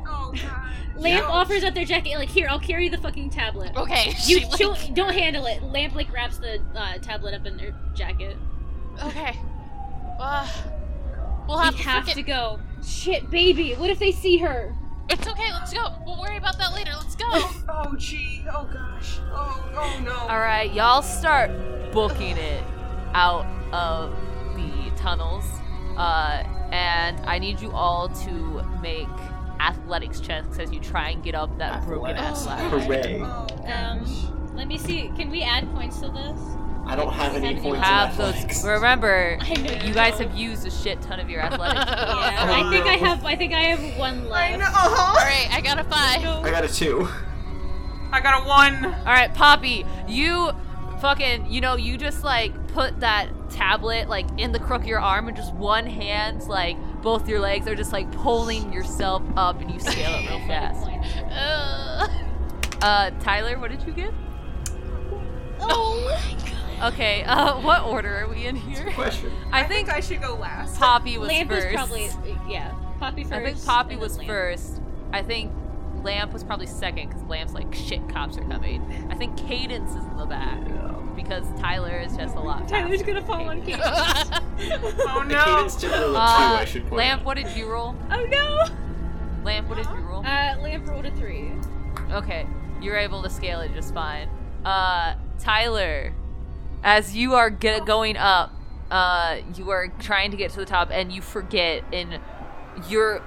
S3: Oh god.
S4: Lamp
S3: No.
S4: offers up their jacket. Like, here, I'll carry the fucking tablet.
S2: Okay.
S4: You
S2: she, like-
S4: she'll- don't handle it. Lamp like wraps the uh, tablet up in her jacket.
S2: Okay. Uh, we'll
S4: We
S2: have,
S4: have
S2: to,
S4: to
S2: frickin-
S4: go. Shit, baby. What if they see her?
S2: It's okay. Let's go. We'll worry about that later. Let's go.
S3: Oh gee. Oh gosh. Oh oh no.
S1: All right, y'all start booking it out of the tunnels, uh, and I need you all to make athletics checks as you try and get up that broken ass
S5: Athletics.
S1: ladder.
S5: Hooray.
S3: Oh, gosh.
S4: Um, let me see. Can we add points to this?
S5: I don't have any
S4: And you
S5: points
S1: You
S5: in
S1: have
S5: Oh. athletics.
S1: those. Remember,
S4: I know
S1: you guys have used a shit ton of your athletics.
S4: Yeah, I think I have. I think I have
S3: I
S4: one
S3: know.
S4: left.
S3: Uh-huh.
S2: Alright, I got a five.
S5: I got a two.
S3: I got a one.
S1: All right, Poppy, you fucking, you know, you just like put that tablet like in the crook of your arm and just one hand's like both your legs are just like pulling yourself up and you scale it real fast.
S2: Uh,
S1: Uh, Tyler, what did you get?
S2: oh my god.
S1: Okay, uh, what order are we in here?
S5: Question.
S1: I think
S3: I should go last.
S1: Poppy was
S4: Lamp was
S1: first.
S4: probably yeah. Poppy first.
S1: I think Poppy
S4: and
S1: was
S4: then Lamp.
S1: first. I think Lamp was probably second because Lamp's like shit cops are coming. I think Cadence is in the back because Tyler is just a lot.
S4: Tyler's
S1: faster
S4: gonna
S1: than
S4: fall on
S1: Cadence.
S4: Kate.
S3: Oh
S5: The cadence did roll a two, I
S1: Uh,
S5: should point
S1: Lamp,
S5: out.
S1: what did you roll?
S4: Oh no!
S1: Lamp, what did you roll?
S4: Uh, Lamp rolled a three.
S1: Okay, you're able to scale it just fine. Uh, Tyler, as you are get- going up, uh, you are trying to get to the top, and you forget, and you're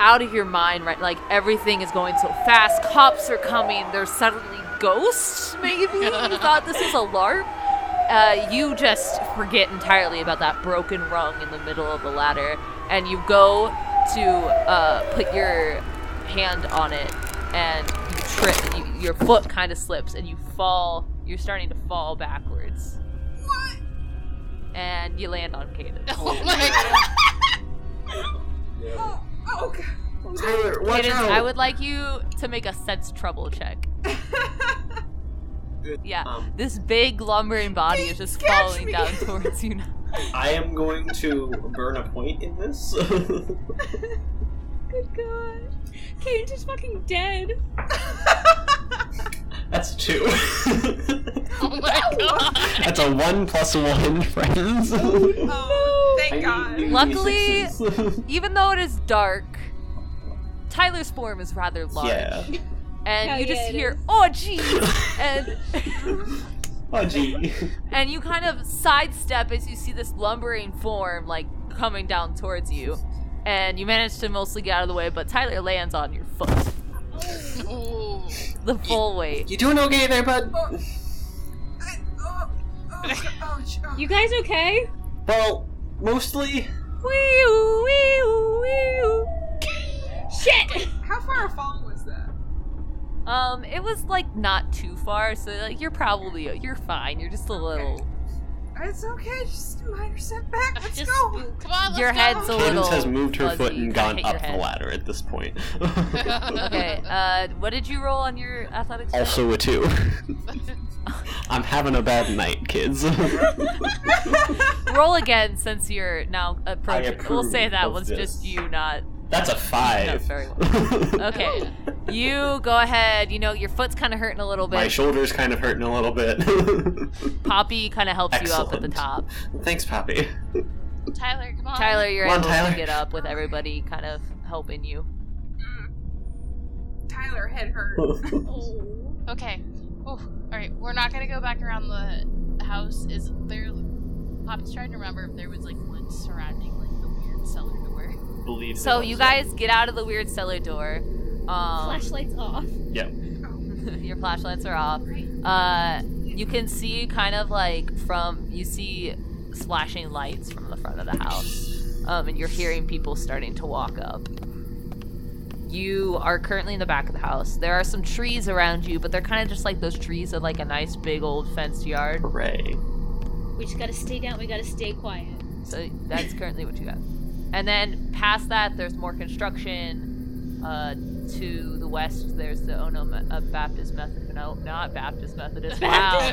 S1: out of your mind, right? Like everything is going so fast. Cops are coming. There's suddenly ghosts. Maybe you thought this was a LARP. Uh, you just forget entirely about that broken rung in the middle of the ladder, and you go to uh, put your hand on it, and you trip. and You, your foot kind of slips, and you fall. You're starting to fall backwards,
S3: What?
S1: and you land on Cadence.
S2: Oh my
S5: Yeah.
S3: Oh, oh god. Oh, God.
S5: Tyler, watch
S1: Cadence,
S5: out.
S1: I would like you to make a sense trouble check. yeah.
S5: Um,
S1: This big lumbering body is just
S3: Catch
S1: falling
S3: me.
S1: down towards you now.
S5: I am going to burn a point in this.
S4: Good God. Kaden's just fucking dead.
S5: That's two.
S2: god. Oh my god.
S6: That's a one plus one, friends.
S3: Oh,
S5: I
S3: thank
S5: need
S3: God.
S5: new
S1: Luckily-
S5: D6s.
S1: Even though it is dark, Tyler's form is rather large.
S6: yeah.
S1: And
S4: Hell
S1: you just
S4: yeah, it
S1: hear,
S4: is.
S1: oh jeez! and
S6: Oh, gee.
S1: and you kind of sidestep as you see this lumbering form like coming down towards you. And you manage to mostly get out of the way, but Tyler lands on your foot.
S2: Ooh.
S1: The full weight.
S6: You doing okay there, bud?
S3: Oh, I, oh, oh, God. oh, oh.
S4: You guys okay?
S6: Well, mostly.
S1: Wee-oo, wee-oo, wee-oo.
S4: Shit!
S3: How far a fall was that?
S1: Um, it was like not too far, so like you're probably you're fine. You're just a little.
S3: It's okay, just a minor setback. Let's
S2: Just
S3: go.
S2: spook. Come on, let's
S1: Your
S2: go.
S1: head's a little.
S6: Cadence has moved her
S1: fuzzy.
S6: foot and
S1: You
S6: gone
S1: kinda hit your
S6: up the
S1: head.
S6: ladder at this point.
S1: Okay. Uh, what did you roll on your athletics? check?
S6: also a two. I'm having a bad night, kids.
S1: roll again since you're now approaching. We'll say
S6: approve
S1: that
S6: of
S1: was just
S6: this.
S1: you, not
S6: That's a
S1: not
S6: five.
S1: very well. Okay. you go ahead. You know your foot's kind of hurting a little
S6: My
S1: bit.
S6: shoulder's kind of hurting a little bit.
S1: Poppy kind of helps you up at the
S6: Excellent.
S1: top.
S6: Thanks, Poppy.
S2: Tyler, come on.
S1: Tyler, you're
S6: Come on,
S1: able
S6: Tyler.
S1: to get up with everybody kind of helping you.
S3: Tyler, head hurt.
S4: Oh.
S2: Okay. Oh, all right. We're not gonna go back around the house. Is there? Poppy's trying to remember if there was like wood surrounding like the weird cellar door.
S6: Believe
S1: So you guys get out of the weird cellar door. Um,
S4: Flashlights off.
S1: your flashlights are off. Uh, you can see kind of like from you see flashing lights from the front of the house, um, and you're hearing people starting to walk up. You are currently in the back of the house. There are some trees around you, but they're kind of just like those trees in like a nice big old fenced yard.
S6: Hooray.
S4: We just gotta stay down. We gotta stay quiet.
S1: So that's currently what you got. And then past that, there's more construction. Uh, to the west, there's the Ono Me- uh, Baptist Methodist. No, not Baptist Methodist. Wow.
S6: Now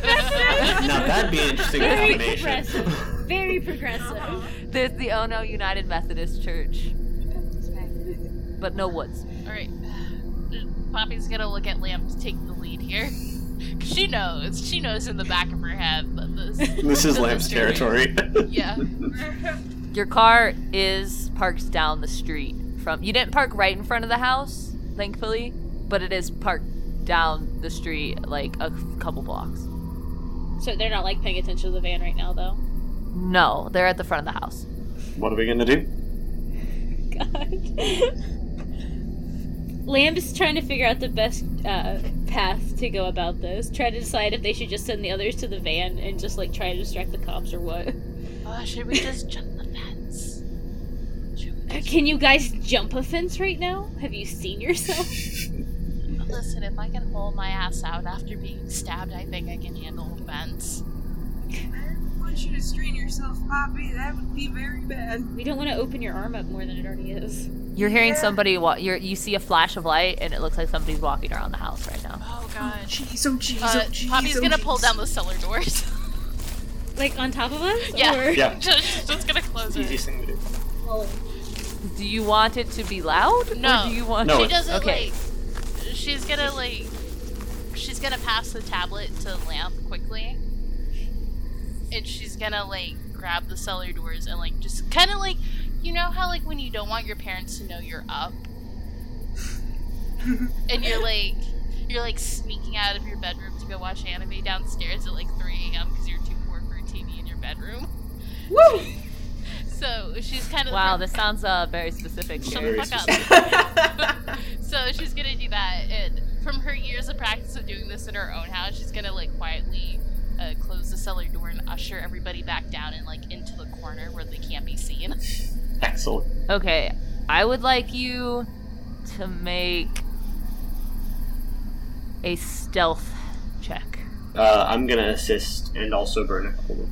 S6: that'd be an interesting
S4: Very
S6: combination.
S4: progressive. Very progressive.
S1: There's the Ono United Methodist Church, but no woods.
S2: All right. Poppy's gonna look at Lamb to take the lead here. 'Cause she knows. She knows in the back of her head that this.
S6: This is
S2: This
S6: Lamp's
S2: is your-
S6: territory.
S2: Yeah.
S1: Your car is parked down the street from. You didn't park right in front of the house, thankfully, but it is parked down the street like a couple blocks.
S4: So they're not like paying attention to the van right now, though.
S1: No, they're at the front of the house.
S6: what are we gonna do?
S4: God. Lamb's trying to figure out the best uh, path to go about this. Try to decide if they should just send the others to the van and just like try to distract the cops or what.
S2: Oh, should we just jump the fence? Should we just-
S4: Can you guys jump a fence right now? Have you seen yourself?
S2: Listen, if I can hold my ass out after being stabbed, I think I can handle a fence.
S3: I don't want you to strain yourself, Poppy. That would be very bad.
S4: We don't want to open your arm up more than it already is.
S1: You're hearing somebody walk. You're, you see a flash of light, and it looks like somebody's walking around the house right now.
S2: Oh god.
S3: Jeez, oh jeez,
S2: Uh,
S3: oh jeez.
S2: Poppy's
S3: oh,
S2: gonna
S3: jeez.
S2: pull down the cellar doors.
S4: Like on top of us?
S2: Yeah.
S4: Or...
S6: Yeah.
S2: just, just gonna close it.
S6: Easiest thing to do.
S1: Do you want it to be loud?
S2: No.
S1: Or do you want?
S6: No,
S2: She
S6: it-
S2: doesn't
S1: Okay.
S2: like. She's gonna like. She's gonna pass the tablet to Lamp quickly, and she's gonna like grab the cellar doors and like just kind of like, you know how like when you don't want your parents to know you're up, and you're like, you're like sneaking out of your bedroom to go watch anime downstairs at like 3 a.m. because you're too poor for a TV in your bedroom.
S3: Woo!
S2: So she's kind of
S1: Wow, this sounds uh, very specific.
S2: Shut
S1: Here.
S2: the
S6: Very
S2: fuck up. So she's gonna do that, and from her years of practice of doing this in her own house, she's gonna like quietly uh, close the cellar door and usher everybody back down and like into the corner where they can't be seen.
S6: Excellent.
S1: Okay, I would like you to make a stealth check.
S6: Uh, I'm gonna assist and also burn a couple. of-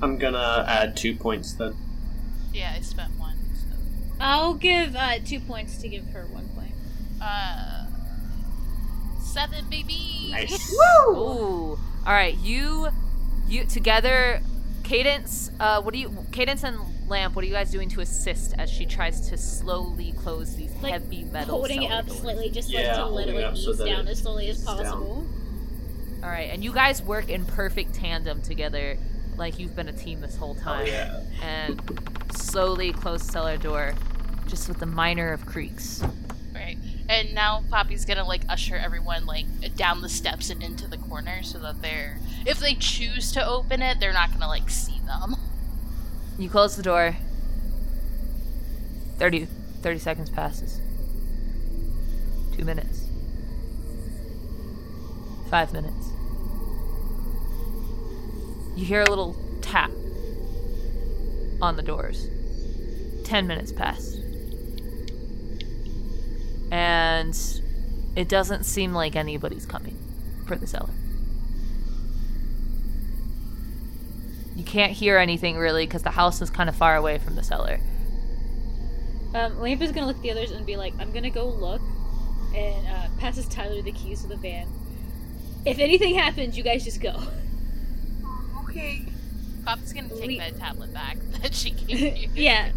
S6: I'm gonna add two points then.
S2: Yeah, I spent one. So.
S4: I'll give uh, two points to give her one point.
S2: Uh, seven, baby.
S6: Nice.
S1: Ooh. All right, you, you together, Cadence. Uh, what do you, Cadence and Lamp? What are you guys doing to assist as she tries to slowly close these
S4: Like,
S1: heavy metal
S4: Holding it
S1: cellar
S4: up
S1: doors?
S4: slightly, just
S6: Yeah,
S4: like to let
S6: holding
S4: it
S6: it
S4: like
S6: up
S4: ease
S6: so that
S4: down
S6: it
S4: as slowly as
S6: sits down.
S4: possible.
S1: All right, and you guys work in perfect tandem together, like you've been a team this whole time.
S6: yeah.
S1: And slowly close cellar door, just with the minor of creaks.
S2: Right. And now Poppy's gonna like usher everyone like down the steps and into the corner so that they're if they choose to open it, they're not gonna like see them.
S1: You close the door. 30, 30 seconds passes. Two minutes. Five minutes. You hear a little tap on the doors. Ten minutes pass. And it doesn't seem like anybody's coming for the cellar. You can't hear anything really because the house is kind of far away from the cellar.
S4: Um, Lamp is gonna look at the others and be like, "I'm gonna go look," and uh, passes Tyler the keys to the van. If anything happens, you guys just go.
S3: Okay.
S2: Poppy's gonna take
S4: We-
S2: that tablet back that she gave you.
S4: yeah,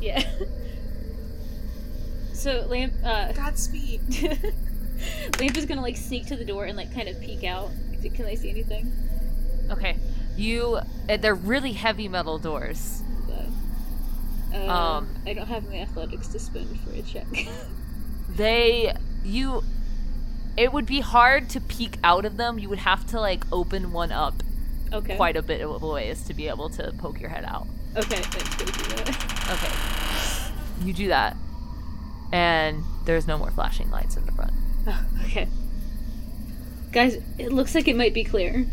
S4: yeah. so Lamp, uh,
S3: Godspeed.
S4: Lamp is gonna like sneak to the door and like kind of peek out. Can I see anything?
S1: Okay. You, uh, they're really heavy metal doors.
S4: Um,
S1: Um,
S4: I don't have my athletics to spend for a check.
S1: They, you, it would be hard to peek out of them. You would have to like open one up
S4: okay.
S1: quite a bit of a ways to be able to poke your head out.
S4: Okay. That's good to do that.
S1: Okay. You do that, and there's no more flashing lights in the front.
S4: Oh, okay. Guys, it looks like it might be clear.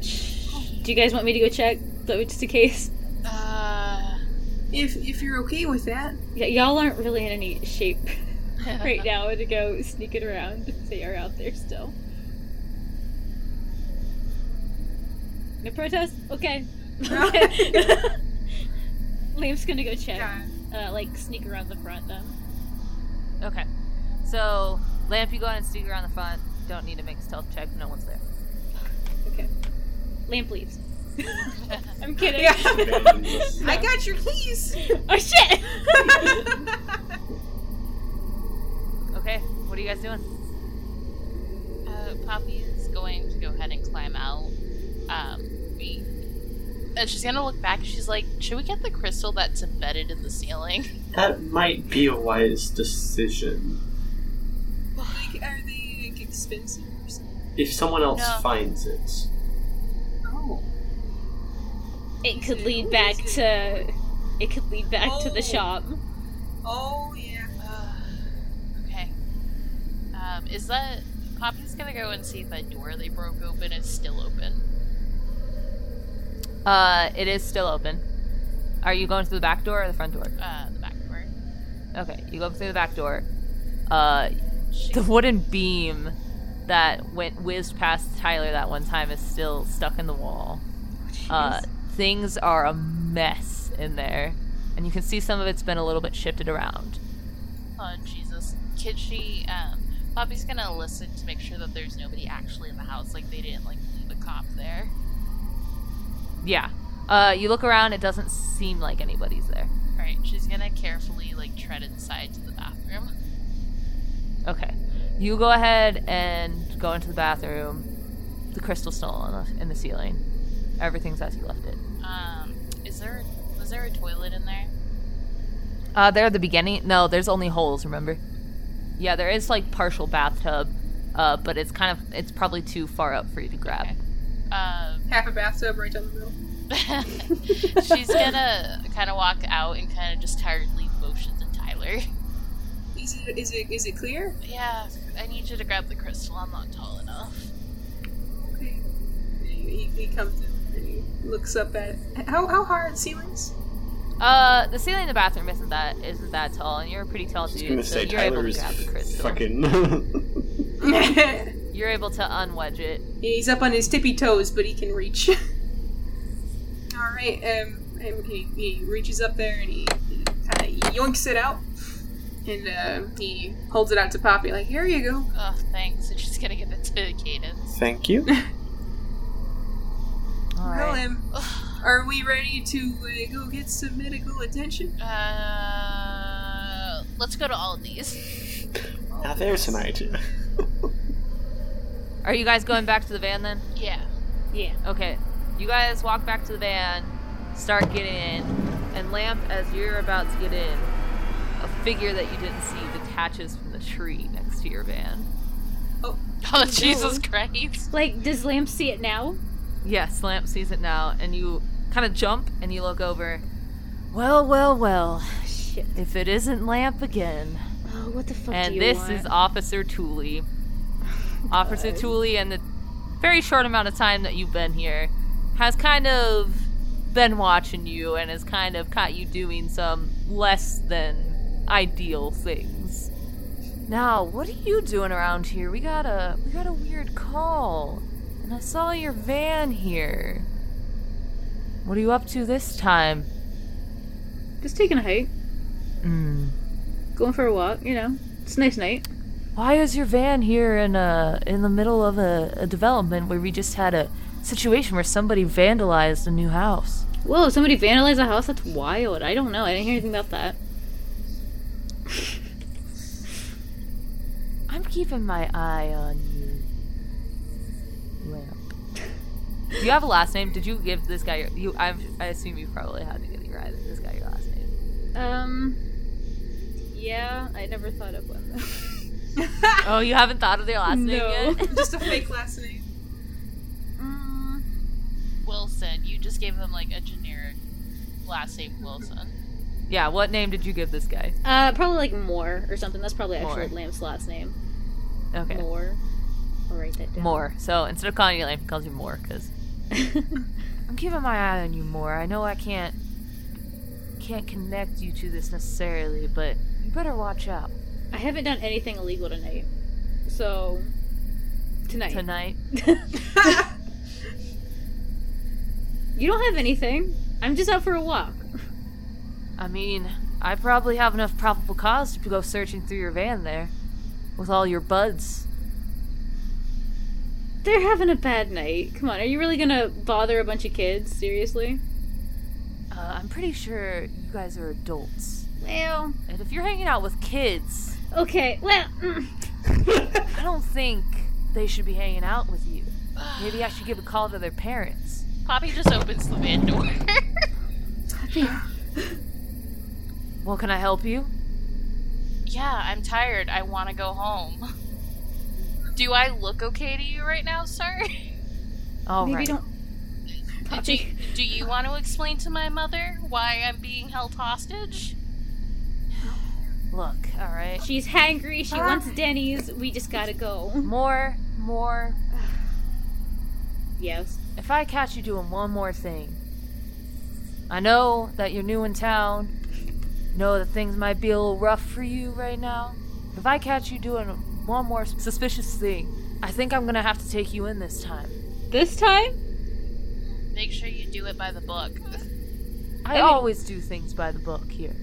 S4: Shh. Do you guys want me to go check? That was just in case.
S2: Uh,
S3: If if you're okay with that.
S4: Yeah, y'all aren't really in any shape right now to go sneaking around. They are out there still. No protest? Okay. Liam's gonna go check. Uh, like, sneak around the front then.
S1: Okay. So, Lamp, you go ahead and sneak around the front. Don't need to make a stealth check. No one's there.
S4: Okay. Lamp leaves. I'm kidding.
S3: I got your keys.
S4: Oh shit!
S1: Okay. What are you guys doing?
S2: Uh, Poppy is going to go ahead and climb out. Um, we. And she's gonna look back. She's like, "Should we get the crystal that's embedded in the ceiling?"
S6: That might be a wise decision.
S3: like, are they like expensive or something?
S6: If someone else
S2: No.
S6: finds it,
S3: Oh.
S4: It could lead back to. It could lead back to the shop.
S3: Oh yeah.
S2: Uh, Um, is that Poppy's gonna go and see if that door they broke open is still open?
S1: Uh, it is still open. Are you going through the back door or the front door?
S2: Uh, the back door.
S1: Okay, you go through the back door. Uh,
S2: She-
S1: the wooden beam that went whizzed past Tyler that one time is still stuck in the wall. Uh, things are a mess in there, and you can see some of it's been a little bit shifted around.
S2: Oh Jesus! Can she? Um, Poppy's gonna listen to make sure that there's nobody actually in the house, like they didn't like leave a cop there.
S1: Yeah. Uh, you look around; it doesn't seem like anybody's there.
S2: All right, she's gonna carefully like tread inside to the bathroom.
S1: Okay. You go ahead and go into the bathroom. The crystal's still on the, in the ceiling. Everything's as you left it.
S2: Um, is there was there a toilet in there?
S1: Uh, there at the beginning. No, there's only holes. Remember? Yeah, there is like partial bathtub, uh, but it's kind of it's probably too far up for you to grab.
S2: Okay. Um,
S3: Half a bathtub right down the middle.
S2: she's gonna kind of walk out and kind of just tiredly motion to Tyler.
S3: Is it is it is it clear?
S2: Yeah, I need you to grab the crystal. I'm not tall enough.
S3: Okay. He, he comes in and he looks up at how how high are the ceilings?
S1: Uh, the ceiling in the bathroom isn't that isn't that tall, and you're a pretty tall
S6: I was
S1: dude,
S6: gonna
S1: so
S6: say
S1: you're able
S6: Tyler
S1: to
S6: is
S1: grab the crystal.
S6: fucking.
S3: Yeah,
S1: You're able to unwedge it.
S3: He's up on his tippy toes, but he can reach. All right. Um, and he, he reaches up there and he, he kind of yoinks it out, and uh, he holds it out to Poppy like, "Here you go."
S2: Oh, thanks. And she's gonna give it to Cadence.
S6: Thank you.
S1: All
S3: Well,
S1: right.
S3: um, are we ready to uh, go get some medical attention?
S2: Uh, let's go to all of these.
S6: Now there's an idea.
S1: Are you guys going back to the van then?
S2: Yeah.
S4: Yeah.
S1: Okay. You guys walk back to the van, start getting in, and Lamp, as you're about to get in, a figure that you didn't see detaches from the tree next to your van.
S2: Oh, Jesus Christ.
S4: Like, does Lamp see it now?
S1: Yes, Lamp sees it now, and you kind of jump and you look over. Well, well, well.
S4: Shit.
S1: If it isn't Lamp again.
S4: Oh, what the fuck do
S1: and
S4: you
S1: this
S4: want?
S1: is Officer Tooley. Officer Tooley, and the very short amount of time that you've been here, has kind of been watching you and has kind of caught you doing some less than ideal things. Now, what are you doing around here? We got a we got a weird call, and I saw your van here. What are you up to this time?
S4: Just taking a hike,
S1: Mm.
S4: going for a walk. You know, it's a nice night.
S1: Why is your van here in a in the middle of a, a development where we just had a situation where somebody vandalized a new house?
S4: Whoa! Somebody vandalized a house. That's wild. I don't know. I didn't hear anything about that.
S1: I'm keeping my eye on you. Lamp. Do you have a last name? Did you give this guy your, you? i I assume you probably had to give your eye this guy your last name.
S4: Um. Yeah, I never thought of one. Though.
S1: Oh, you haven't thought of their last
S4: No.
S1: name yet.
S3: Just a fake last name.
S4: Mm,
S2: Wilson, you just gave them like a generic last name Wilson.
S1: yeah, what name did you give this guy?
S4: uh, probably like Moore or something. That's probably actually
S1: Moore.
S4: Lamp's last name.
S1: Okay, Moore.
S4: Moore. I'll write that down.
S1: So instead of calling you Lamp, he calls you Moore because I'm keeping my eye on you more. I know I can't can't connect you to this necessarily, but you better watch out
S4: I haven't done anything illegal tonight, so tonight.
S1: tonight.
S4: You don't have anything. I'm just out for a walk.
S1: I mean, I probably have enough probable cause to go searching through your van there with all your buds.
S4: They're having a bad night. Come on, are you really gonna bother a bunch of kids? Seriously?
S1: Uh, I'm pretty sure you guys are adults,
S4: Well,
S1: and if you're hanging out with kids,
S4: okay. Well, mm.
S1: I don't think they should be hanging out with you. Maybe I should give a call to their parents.
S2: Poppy just opens the van door.
S1: Well, can I help you?
S2: yeah, I'm tired. I want to go home. Do I look okay to you right now, sir?
S1: All right.
S4: maybe don't.
S2: Do
S4: Poppy.
S2: you, do you want to explain to my mother why I'm being held hostage?
S1: Look, all right.
S4: She's hangry.
S1: Ah.
S4: She wants Denny's. We just gotta go.
S1: More, more.
S4: Yes.
S1: If I catch you doing one more thing, I know that you're new in town. Know that things might be a little rough for you right now. If I catch you doing one more suspicious thing, I think I'm gonna have to take you in this time.
S4: This time?
S2: Make sure you do it by the book.
S1: I always do things by the book here.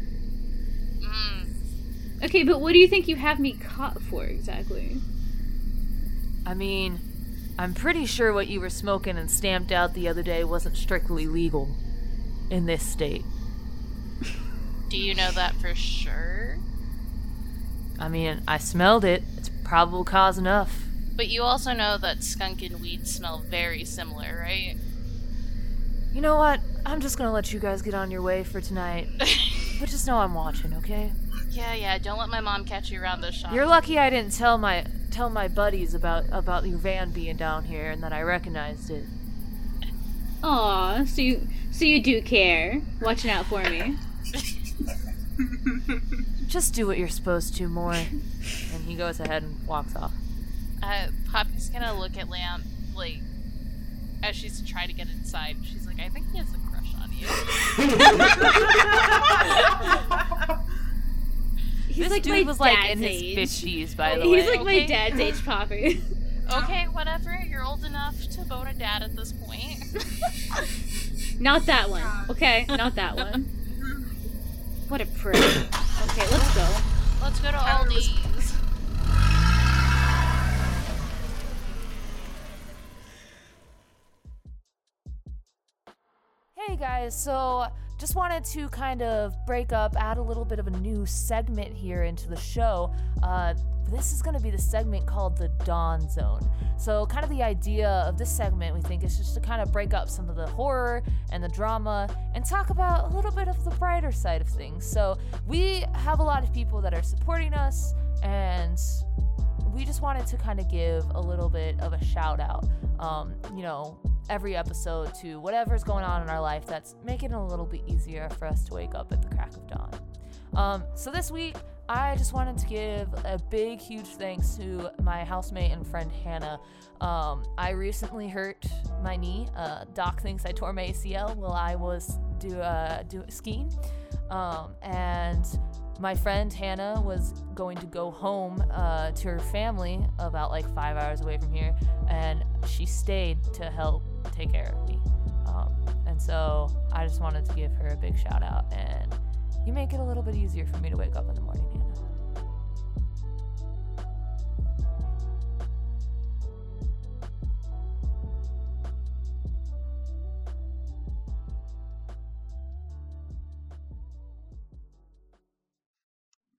S2: Mm.
S4: Okay, but what do you think you have me caught for exactly?
S1: I mean, I'm pretty sure what you were smoking and stamped out the other day wasn't strictly legal in this state.
S2: Do you know that for sure?
S1: I mean, I smelled it. It's probable cause enough.
S2: But you also know that skunk and weed smell very similar, right?
S1: You know what? I'm just gonna let you guys get on your way for tonight. But just know I'm watching, okay?
S2: yeah, yeah. Don't let my mom catch you around those shops.
S1: You're lucky I didn't tell my tell my buddies about about your van being down here and that I recognized it.
S4: Aw, so you so you do care. Watching out for me.
S1: Just do what you're supposed to more. and he goes ahead and walks off.
S2: uh, Poppy's gonna look at Lamb like as she's trying to get inside. She's like, I think he has a crush on you.
S4: He's
S1: this
S4: like
S1: dude
S4: my
S1: was like
S4: dad's
S1: in his
S4: age.
S1: fifties, by the
S4: He's
S1: way.
S4: like my
S2: Okay.
S4: dad's age popper.
S2: okay, whatever. You're old enough to bone a dad at this point.
S4: Not that one. Okay, not that one. What a prick. Okay, let's go.
S2: Let's go to Aldi's.
S1: Hey guys, so just wanted to kind of break up, add a little bit of a new segment here into the show. Uh, this is going to be the segment called the Dawn Zone. So, kind of the idea of this segment, we think, is just to kind of break up some of the horror and the drama and talk about a little bit of the brighter side of things. So, we have a lot of people that are supporting us and we just wanted to kind of give a little bit of a shout out, um, you know, every episode to whatever's going on in our life that's making it a little bit easier for us to wake up at the crack of dawn. Um, so this week, I just wanted to give a big, huge thanks to my housemate and friend Hannah. Um, I recently hurt my knee. Uh, doc thinks I tore my ACL while I was do, uh, do skiing. Um, and my friend Hannah was going to go home uh, to her family about like five hours away from here, and she stayed to help take care of me. Um, and so I just wanted to give her a big shout out, and you make it a little bit easier for me to wake up in the morning, Hannah.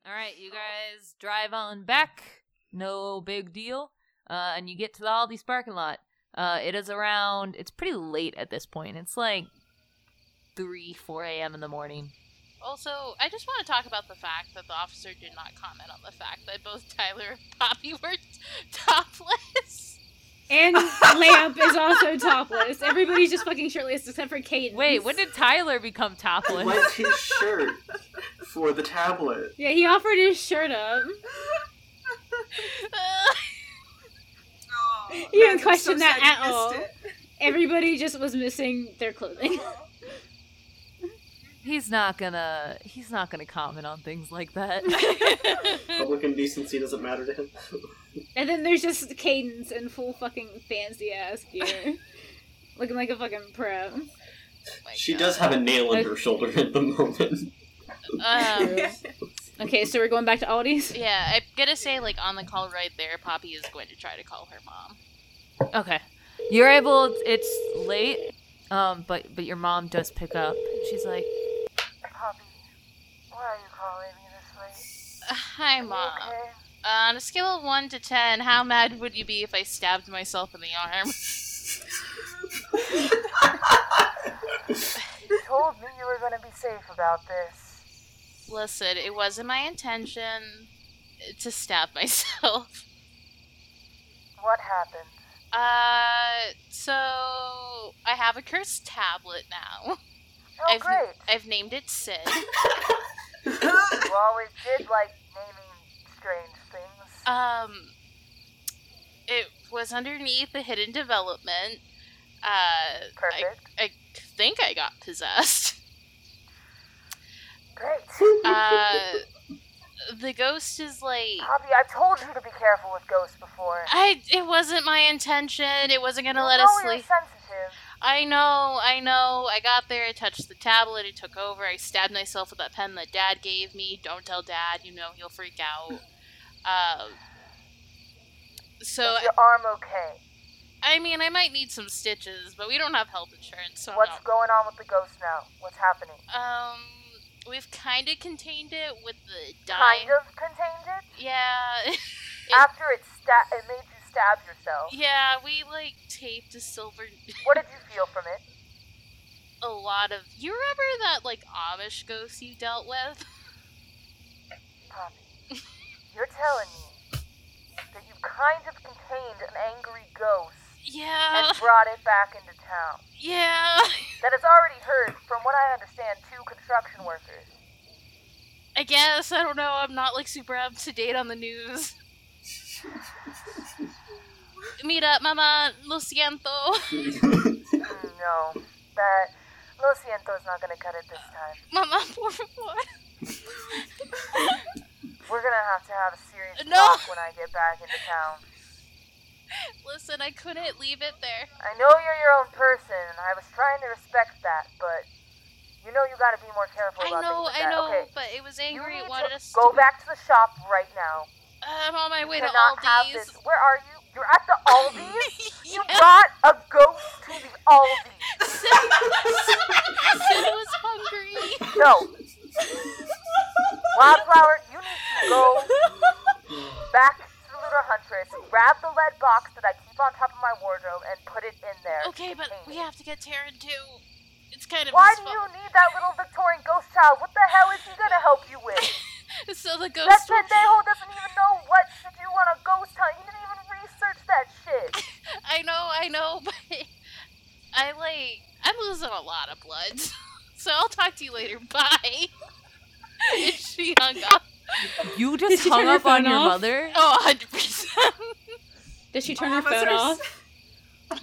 S1: All right, you guys drive on back. No big deal. Uh, and you get to the Aldi's parking lot. Uh, it is around. It's pretty late at this point. It's like three, four a.m. in the morning.
S2: Also, I just want to talk about the fact that the officer did not comment on the fact that both Tyler and Poppy were topless.
S4: And Lamp is also topless. Everybody's just fucking shirtless except for Kate.
S1: Wait, when did Tyler become topless?
S5: Like his shirt for the tablet.
S4: Yeah, he offered his shirt up.
S3: Oh,
S4: You didn't
S3: I'm
S4: question
S3: so
S4: that
S3: sad
S4: at all.
S3: you missed it.
S4: Everybody just was missing their clothing.
S1: he's not gonna. He's not gonna comment on things like that.
S5: Public indecency doesn't matter to him.
S4: And then there's just Cadence in full fucking fancy ass gear. Looking like a fucking pro.
S2: My
S5: she
S2: God.
S5: does have a nail in
S4: I-
S5: her shoulder at the moment.
S2: Um,
S4: Okay, so we're going back to Aldi's?
S2: yeah, I'm gonna say like on the call right there, Poppy is going to try to call her mom.
S1: okay, you're able. It's late, um, but but your mom does pick up. She's like,
S7: Poppy, why are you calling me this late?
S2: Uh, Hi, mom.
S7: Okay.
S2: Uh, on a scale of one to ten, how mad would you be if I stabbed myself in the arm?
S7: You told me you were going to be safe about this.
S2: Listen, it wasn't my intention to stab myself.
S7: What happened?
S2: Uh, so I have a cursed tablet now.
S7: Oh,
S2: I've,
S7: great.
S2: I've named it Sid.
S7: You always did like naming strange things.
S2: Um, it was underneath a hidden development. Uh,
S7: Perfect.
S2: I think I got possessed.
S7: Great.
S2: Uh, the ghost is like.
S7: Poppy, I've told you to be careful with ghosts before.
S2: I, it wasn't my intention. It wasn't gonna
S7: You
S2: let
S7: know
S2: us
S7: you're
S2: sleep.
S7: sensitive.
S2: I know, I know. I got there, I touched the tablet, it took over. I stabbed myself with that pen that dad gave me. Don't tell dad, you know, he'll freak out. Um, so,
S7: Is your arm okay?
S2: I mean, I might need some stitches, but we don't have health insurance, so I'm
S7: What's
S2: not-
S7: going on with the ghost now? What's happening?
S2: Um, we've kind of contained it with the dye.
S7: Kind of contained it?
S2: Yeah,
S7: After it sta- it made you stab yourself.
S2: yeah, we like taped a silver.
S7: What did you feel from it?
S2: a lot of. You remember that like Amish ghost you dealt with?
S7: Poppy, you're telling me that you kind of contained an angry ghost
S2: Yeah,
S7: and brought it back into town.
S2: yeah.
S7: That has already hurt, from what I understand, two construction workers.
S2: I guess I don't know. I'm not like super up to date on the news. Mira, mama, lo siento.
S7: Mm, no, that Lo Siento is not going to cut it this time.
S2: Mama, por favor.
S7: We're going to have to have a serious
S2: No.
S7: talk when I get back into town.
S2: Listen, I couldn't leave it there.
S7: I know you're your own person, and I was trying to respect that, but you know you got to be more careful
S2: I
S7: about
S2: know,
S7: things like
S2: I
S7: that.
S2: know,
S7: Okay.
S2: but it was
S7: You
S2: angry.
S7: need
S2: It
S7: to
S2: wanted us
S7: go
S2: to.
S7: back to the shop right now.
S2: I'm on my way to
S7: cannot have
S2: Aldi's.
S7: this. Where are you? You're at the Aldi's. You
S2: Yeah.
S7: brought a ghost to the Aldi's.
S2: Sid Sid was hungry.
S7: No. Wildflower, you need to go back to the Little Huntress, grab the lead box that I keep on top of my wardrobe, and put it in there.
S2: Okay, but we have to get Taryn too. It's kind of
S7: Why
S2: his
S7: do you
S2: fault.
S7: need that little Victorian ghost child? What the hell is he gonna help you with?
S2: So the
S7: That
S2: ghost.
S7: pendejo doesn't even know what to do on a ghost hunt. He didn't even research that shit.
S2: I know, I know, but I like I'm losing a lot of blood. So I'll talk to you later. Bye. And she hung up.
S1: You
S4: Did
S1: just
S4: she
S1: hung
S4: turn her
S1: up on
S4: phone
S1: your
S4: off?
S1: mother.
S2: Oh, 100 percent.
S4: Does she turn
S3: All
S4: her
S3: of us
S4: phone
S3: are
S4: off?
S3: s-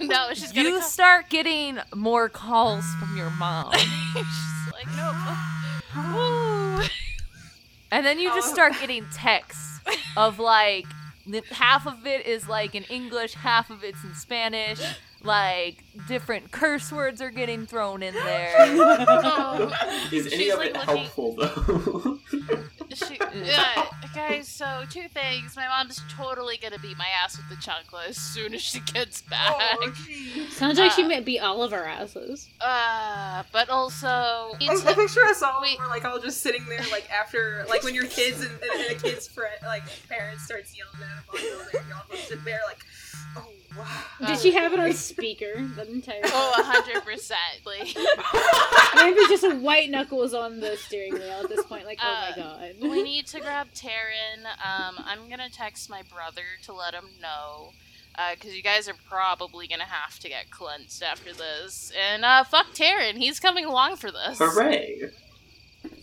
S2: No, she's gonna.
S1: You
S2: come.
S1: start getting more calls from your mom,
S2: she's like, no. Ooh.
S1: and then you just
S3: Oh.
S1: start getting texts of like n- half of it is like in English, half of it's in Spanish. Like different curse words are getting thrown in there.
S2: Oh.
S5: Is any
S2: She's,
S5: of
S2: like,
S5: it
S2: looking-
S5: helpful though?
S2: She, yeah, guys, so two things. My mom's totally gonna beat my ass with the chancla as soon as she gets back.
S3: Oh, geez.
S4: Sounds like she
S2: Uh.
S4: might be all of our asses.
S2: Uh, but also,
S3: I,
S2: it's
S3: I picture us all.
S2: Wait.
S3: We're like all just sitting there, like after, like when your kids and, and, and a kid's friend, like parents, starts yelling at them on the building. Y'all just sit there, like, oh wow.
S2: Uh.
S4: Did she have it on speaker the entire time?
S2: oh, hundred percent. Like,
S4: Amber's just a white knuckles on the steering wheel at this point. Like,
S2: Uh,
S4: oh my god.
S2: we need to grab Taryn. Um, I'm gonna text my brother to let him know. Uh, cause you guys are probably gonna have to get cleansed after this. And, uh, fuck Taryn. He's coming along for this.
S5: Hooray!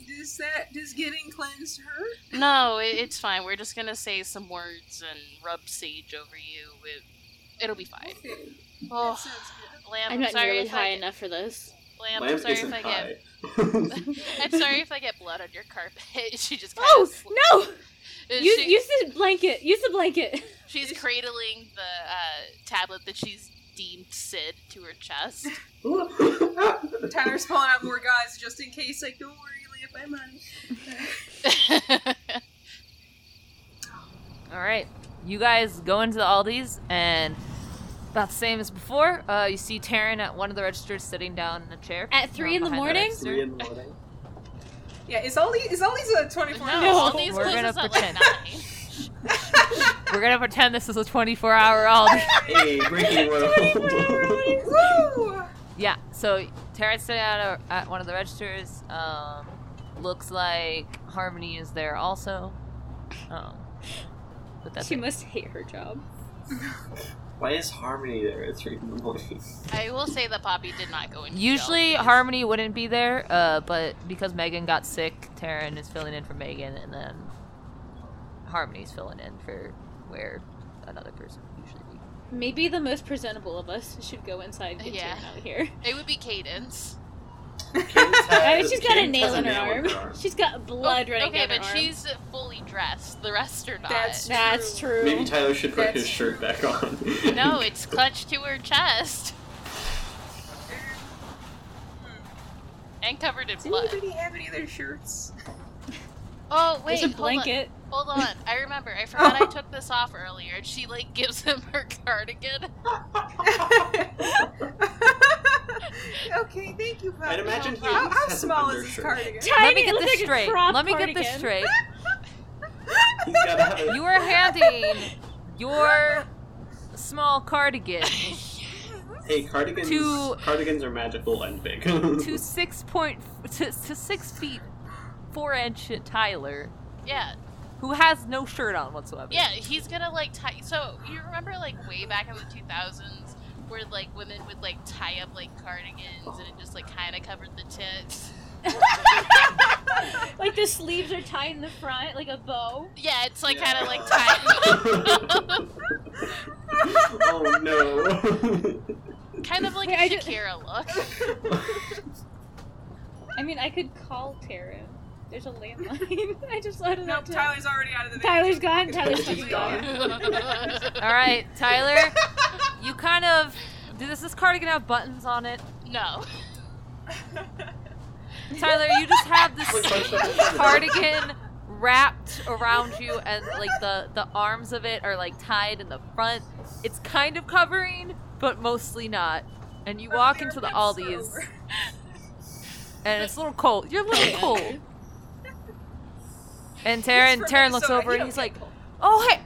S3: Does that does getting cleansed hurt?
S2: No, it, it's fine. We're just gonna say some words and rub sage over you. It, it'll be fine.
S3: Okay, that
S2: Oh,
S3: sounds good.
S2: Lamb,
S4: I'm not
S2: sorry
S4: nearly
S2: if
S4: high
S2: I get,
S4: enough for this.
S2: Lamb, I'm
S5: Lamp
S2: sorry if
S5: isn't
S2: I get.
S5: high.
S2: I'm sorry if I get blood on your carpet. she just. Kinda
S4: Oh
S2: sl-
S4: no!
S2: Uh,
S4: Use,
S2: she-
S4: use the blanket. Use the blanket.
S2: She's cradling the uh, tablet that she's deemed Sid to her chest.
S3: Tyler's pulling out more guys just in case. Like, don't worry, Lamp, I'm on it.
S1: All right, you guys go into the Aldi's and about the same as before. Uh, you see Taryn at one of the registers sitting down in a chair
S4: At three
S1: uh,
S4: in the
S1: behind
S4: morning?
S1: register.
S5: Three in the morning.
S3: Yeah, is all these is all these uh, a twenty
S2: no,
S3: four?
S2: all these
S1: We're
S2: closes
S1: gonna
S2: at like
S1: pretend.
S2: nine.
S1: We're gonna pretend this is a 24-hour Aldi.
S5: Hey, breaking world.
S3: Woo!
S1: Yeah, so Taryn's sitting at, a, at one of the registers. Um, looks like Harmony is there also. Um, but that's
S4: She
S1: it.
S4: must hate her job.
S5: Why is Harmony there at three in the morning?
S2: I will say that Poppy did not go into jail.
S1: Usually Harmony wouldn't be there, uh, but because Megan got sick, Taryn is filling in for Megan, and then Harmony's filling in for where another person would usually be.
S4: Maybe the most presentable of us should go inside and get
S2: Yeah.
S4: Taryn out of here.
S2: It would be Cadence.
S4: I mean, she's got a nail in her arm. She's got blood
S2: Oh,
S4: running
S2: Okay,
S4: down her
S2: but
S4: arm.
S2: she's fully dressed. The rest are not.
S3: That's-
S4: That's true.
S5: Maybe Tyler should put his
S3: That's-
S5: shirt back on.
S2: no, it's clutched to her chest. And covered in
S3: Does
S2: blood.
S3: anybody have any other shirts?
S2: Oh wait,
S4: There's a
S2: hold on.
S4: blanket.
S2: Hold on, I remember. I forgot I took this off earlier. And she like gives him her cardigan.
S3: okay, thank you, Poppy.
S5: I'd imagine he
S3: How,
S5: at least
S3: how
S5: has an
S3: small is this
S5: undershirt.
S3: cardigan?
S1: Let
S4: Tiny,
S1: me
S4: it
S1: get
S4: looks
S1: this
S4: like a
S1: straight.
S4: crop
S1: Let me get this
S4: cardigan.
S1: straight.
S5: He's gotta have a-
S1: You are handing your small cardigan
S5: Hey, cardigans.
S1: To-
S5: Cardigans are magical and big.
S1: to six point to, to six feet four inch Tyler,
S2: Yeah,
S1: who has no shirt on whatsoever.
S2: yeah. He's gonna like tie. So you remember like way back in the two thousands where like women would like tie up like cardigans and it just like kind of covered the tits.
S4: Like the sleeves are tied in the front, like a bow.
S2: Yeah, it's like kind
S5: Yeah.
S2: of like tied,
S5: oh no.
S2: kind of like
S4: Wait,
S2: a
S4: I ju-
S2: Shakira look.
S4: I mean, I could call Taryn. There's a landline. I just thought of
S3: Nope,
S4: that. too.
S3: Tyler's already out of the
S4: Tyler's gone. Tyler's
S5: He's
S4: fucking
S5: gone.
S4: gone.
S1: All right, Tyler, you kind of does this cardigan have buttons on it?
S2: no.
S1: Tyler, you just have this
S5: Cardigan.
S1: cardigan wrapped around you, and like the the arms of it are like tied in the front. It's kind of covering, but mostly not. And you walk into the Aldi's, and it's a little cold. You're a little cold. And Taryn, Taryn looks over, and he's like, "Oh hey,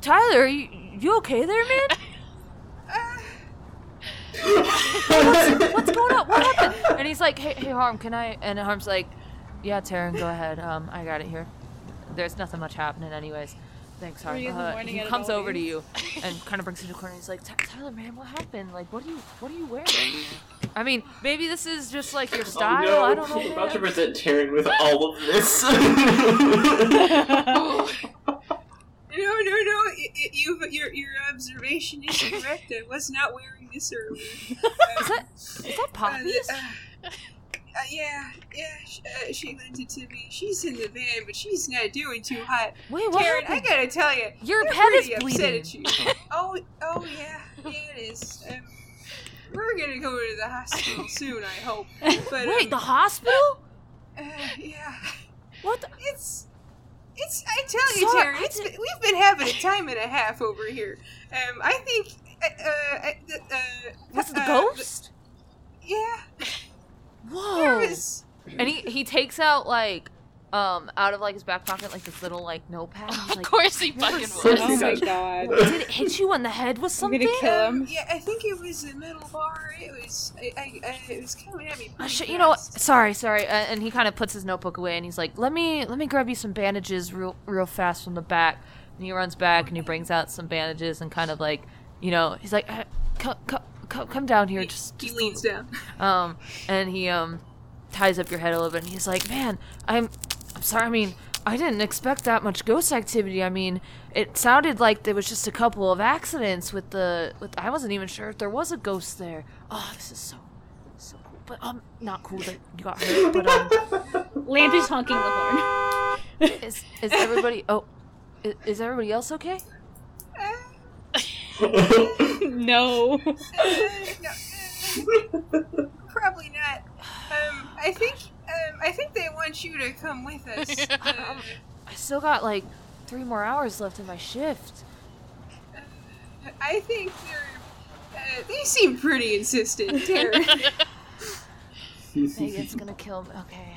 S1: Tyler, are you, you okay there, man? What's going on? What happened?" And he's like, "Hey, hey, Harm, can I?" And Harm's like, "Yeah, Taryn, go ahead. Um, I got it here. There's nothing much happening, anyways. Thanks, Harm."
S4: Three in the
S1: Uh,
S4: morning
S1: he
S4: at an
S1: comes over to
S4: Aldi's.
S1: you and kind of brings you to the corner. He's like, "Ty- "Tyler, man, what happened? Like, what are you, what are you wearing?" I mean, maybe this is just like your style.
S5: Oh, no.
S1: I don't know.
S5: I'm
S1: man."
S5: about to present Taryn with all of this.
S3: No, no, no. y- y- you, your, your observation is correct. I was not wearing this earlier.
S1: Is that, is that Poppy's?
S3: Uh, uh, yeah, yeah. She, uh, she lent it to me. She's in the van, but she's not doing too hot.
S1: Wait, what
S3: Karen, I
S1: happened?
S3: gotta tell you,
S1: Your
S3: I'm
S1: head is
S3: pretty upset
S1: bleeding.
S3: at you. Oh, oh yeah, yeah it is. Um, we're gonna go to the hospital soon, I hope. But
S1: Wait, the
S3: um,
S1: hospital?
S3: uh, yeah,
S1: What? The-
S3: it's. It's. I tell you,
S1: Sorry,
S3: Taryn,
S1: I
S3: it's
S1: did-
S3: been, we've been having a time and a half over here. Um, I think. Uh, uh, uh,
S1: was it the
S3: uh,
S1: ghost? Oh.
S3: yeah, there
S1: Whoa!
S3: was.
S1: And he he takes out like um out of like his back pocket like this little like notepad. and He's
S2: Of
S1: like,
S2: course he fucking
S5: so
S2: was.
S5: Oh my
S4: god.
S1: did it hit you on the head with
S4: I'm gonna
S1: something?
S4: kill-
S3: Um,
S4: Um,
S3: yeah, I think it was the metal bar. It was. I, I, I, it was coming at me.
S1: Oh,
S3: pretty
S1: shit, you know what?
S3: fast.
S1: Sorry, sorry. Uh, and he kind of puts his notebook away and he's like, "Let me let me grab you some bandages real real fast from the back." And he runs back and he brings out some bandages and kind of like, you know, he's like, uh, "Come come come come down here, just
S3: He
S1: just
S3: leans down.
S1: um, and he um ties up your head a little bit, and he's like, "Man, I'm, I'm sorry. I mean, I didn't expect that much ghost activity. I mean, it sounded like there was just a couple of accidents with the with. I wasn't even sure if there was a ghost there. Oh, this is so, so cool. But um, not cool that you got hurt. But um,
S4: Lamp is honking the horn.
S1: is is everybody? Oh, is, is everybody else okay?
S3: Uh,
S4: no.
S3: no, uh, probably not. Um, I think. Um, I think they want you to come with us. Uh,
S1: I still got like three more hours left in my shift.
S3: I think they're. Uh, they seem pretty insistent, Terry.
S1: Maybe it's gonna kill me. Okay.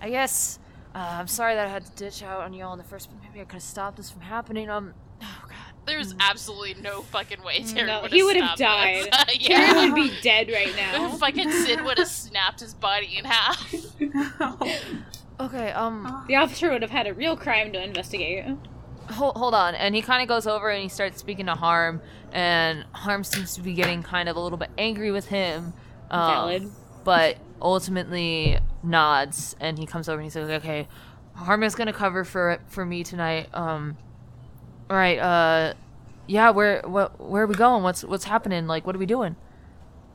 S1: I guess. Uh, I'm sorry that I had to ditch out on y'all in the first, but maybe I could have stopped this from happening. Um. Oh god.
S2: There's absolutely no fucking way Taryn
S4: Mm, No,
S2: would have
S4: he would've died.
S2: yeah.
S4: Taryn would be dead right now.
S2: fucking Sid would have snapped his body in half.
S1: Okay. Um.
S4: The officer would have had a real crime to investigate.
S1: hold, hold on. And he kind of goes over and he starts speaking to Harm, and Harm seems to be getting kind of a little bit angry with him. Um,
S4: Valid.
S1: But ultimately nods, and he comes over and he says, "Okay, Harm is gonna cover for for me tonight. Um, all right. Uh, yeah. Where what where are we going? What's what's happening? Like, what are we doing?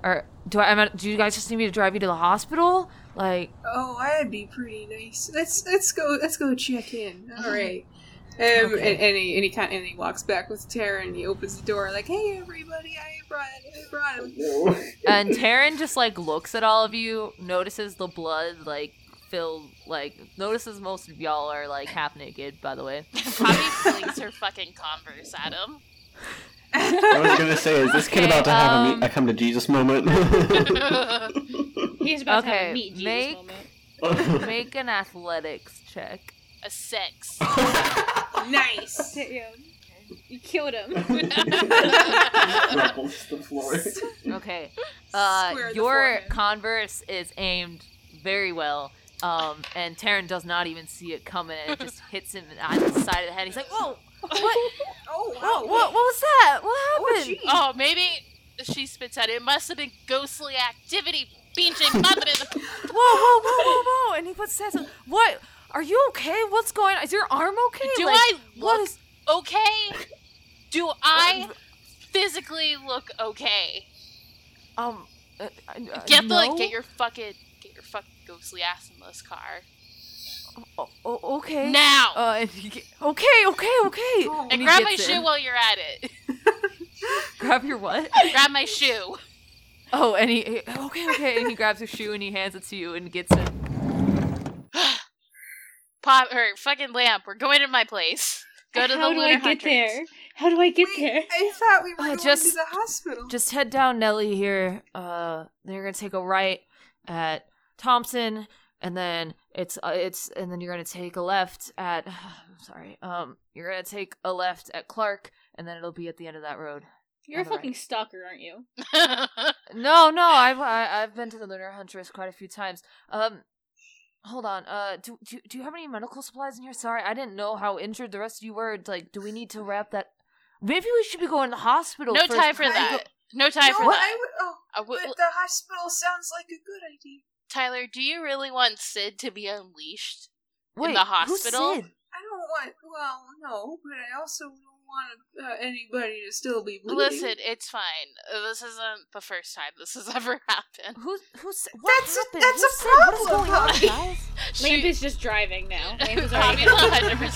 S1: Or do I? am I- Do you guys just need me to drive you to the hospital? Like,
S3: Oh, that'd be pretty nice. Let's let's go let's go check in. All right. Um,
S1: Mm-hmm. Okay.
S3: and, and he and he kind and he walks back with Tara and he opens the door like, "Hey everybody, I brought I brought him."
S5: No.
S1: and Taryn just like looks at all of you, notices the blood like filled, like notices most of y'all are like half naked. By the way,
S2: Poppy flings her fucking Converse at him.
S6: I was gonna say, is this kid
S1: Okay,
S6: about to have a
S1: um,
S6: meet I come to Jesus moment?
S4: He's about to have
S1: Okay,
S4: a meet Jesus
S1: make-
S4: moment.
S1: make an athletics check.
S2: A six.
S3: Nice.
S4: Yeah. You killed him.
S5: Rumbles the floor.
S1: Okay, uh,
S3: Square the
S1: your
S3: forehead.
S1: converse is aimed very well. Um, and Taryn does not even see it coming. It just hits him on the side of the head. He's like, "Whoa, what?
S3: Oh wow.
S1: Whoa, what? What was that? What
S3: Oh,
S1: happened?"
S3: gee.
S2: oh, maybe she spits at it. It must have been ghostly activity. Binging mother in the
S1: whoa, whoa, whoa, whoa, whoa! And he puts his hands up. What? Are you okay? What's going? on? Is your arm okay?
S2: Do
S1: Like,
S2: I
S1: What
S2: look
S1: is? Uh,
S2: okay? Do I physically look okay?
S1: Um, uh, uh,
S2: Get the
S1: no?
S2: get your fucking get your fucking ghostly ass in this car
S1: O- o- Oh, okay.
S2: now.
S1: Uh, and he get- okay, okay, okay.
S3: Oh.
S2: and
S1: he
S2: grab my
S1: gets
S2: shoe
S1: in.
S2: while you're at it.
S1: Grab your what?
S2: grab my shoe.
S1: Oh, and he he- okay, okay. And he grabs your shoe and he hands it to you and gets it.
S2: Pop or fucking lamp. We're going to my place. Go to
S4: How
S2: the
S4: do
S2: Lunar
S4: I get
S2: Hunters.
S4: there? How do I get there?
S3: I thought we were
S1: Uh,
S3: going to
S1: just-
S3: the hospital.
S1: Just head down Nelly here. Uh, they're gonna take a right at Thompson, and then it's uh, it's and then you're gonna take a left at. I'm sorry. Um, you're gonna take a left at Clark, and then it'll be at the end of that road.
S4: You're a
S1: Alright.
S4: fucking stalker, aren't you?
S1: No, no, I've I, I've been to the Lunar Huntress quite a few times. Um, hold on. Uh, do do do you have any medical supplies in here? Sorry, I didn't know how injured the rest of you were. Like, do we need to wrap that? Maybe we should be going to the hospital.
S2: no
S1: first.
S2: time for
S3: I
S2: that. No time
S3: no,
S2: for
S3: I
S2: that.
S3: would. Oh,
S2: I w-
S3: but the hospital sounds like a good idea.
S2: Tyler, do you really want Sid to be unleashed?
S1: Wait,
S2: in the
S1: who's
S2: hospital?
S1: Sid?
S3: I don't want. Well, no, but I also don't want uh, anybody to still be bleeding.
S2: Listen, it's fine. Uh, This isn't the first time this has ever happened.
S1: Who's who's what
S3: That's a-
S1: happened?
S3: that's
S1: Who
S3: a
S1: said- what is
S3: problem,
S1: going on,
S3: Poppy.
S1: guys?
S4: Lamp
S2: She,
S4: is just driving now. Lamp is already
S2: Poppy's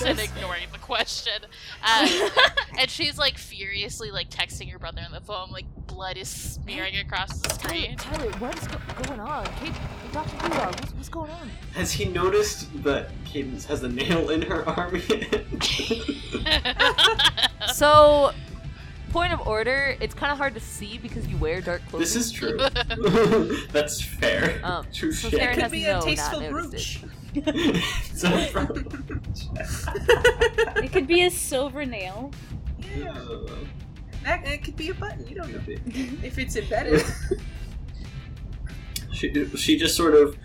S2: 100% ignoring the question. Uh, and she's like furiously like texting her brother on the phone, like blood is smearing across the
S1: Tyler,
S2: screen.
S1: Tyler, what is go- going on? Kate, Doctor Dewar, what's, what's going on?
S5: Has he noticed that Cadence has a nail in her arm yet?
S2: Uh.
S1: So, point of order, it's kind of hard to see because you wear dark clothing.
S5: this is true. That's fair.
S1: Um,
S5: true
S1: so
S5: shit.
S1: Sarah
S3: Could
S1: has-
S3: be
S1: No,
S3: a
S1: not
S3: tasteful brooch.
S1: noticed
S5: It's a problem.
S4: It could be a silver nail.
S3: Yeah, that, that could be a button. You don't know if it's embedded.
S5: she, she just sort of.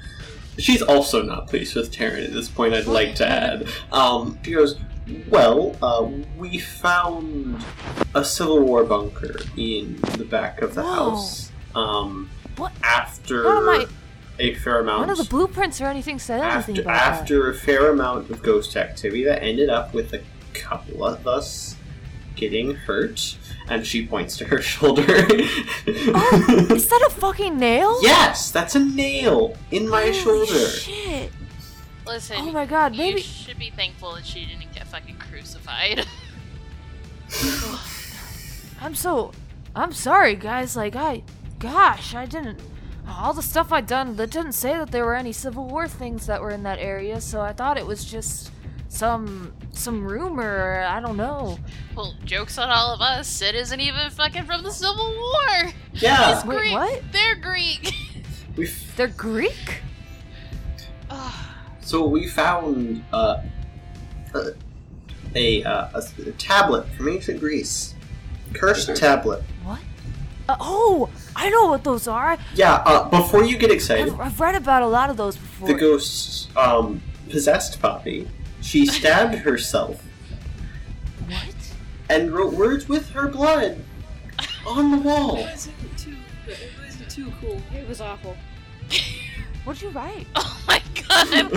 S5: She's also not pleased with Taryn at this point, I'd like to add. Um, she goes, Well, uh, we found a Civil War bunker in the back of the
S1: Whoa.
S5: house. Um,
S1: What-
S5: After
S1: What am I-
S5: a fair amount
S1: None of the blueprints or anything said anything
S5: after,
S1: about that.
S5: after a fair amount of ghost activity that ended up with a couple of us getting hurt and she points to her shoulder
S1: Oh, is that a fucking nail?
S5: yes that's a nail in my
S1: Holy
S5: shoulder
S1: Shit.
S2: Listen,
S1: Oh my god,
S2: you
S1: maybe.
S2: should be thankful that she didn't get fucking crucified.
S1: I'm so. I'm sorry, guys. Like, I. Gosh, I didn't. All the stuff I'd done, that didn't say that there were any Civil War things that were in that area, so I thought it was just some. some rumor. I don't know.
S2: well, jokes on all of us. Sid isn't even fucking from the Civil War.
S5: yeah
S1: Wait,
S2: Greek.
S1: what?
S2: They're Greek.
S5: we f-
S1: They're Greek?
S5: so we found uh, a, a, uh, a, s- a tablet from ancient greece cursed tablet
S1: What? Uh, oh, I know what those are.
S5: yeah uh, before you get excited
S1: I've, I've read about a lot of those before.
S5: the ghost um, possessed Poppy. She stabbed herself and wrote words with her blood on the
S3: It
S5: wall.
S3: wasn't too. It wasn't too cool.
S4: It was awful.
S1: What'd you write?
S2: Oh my god, I'm,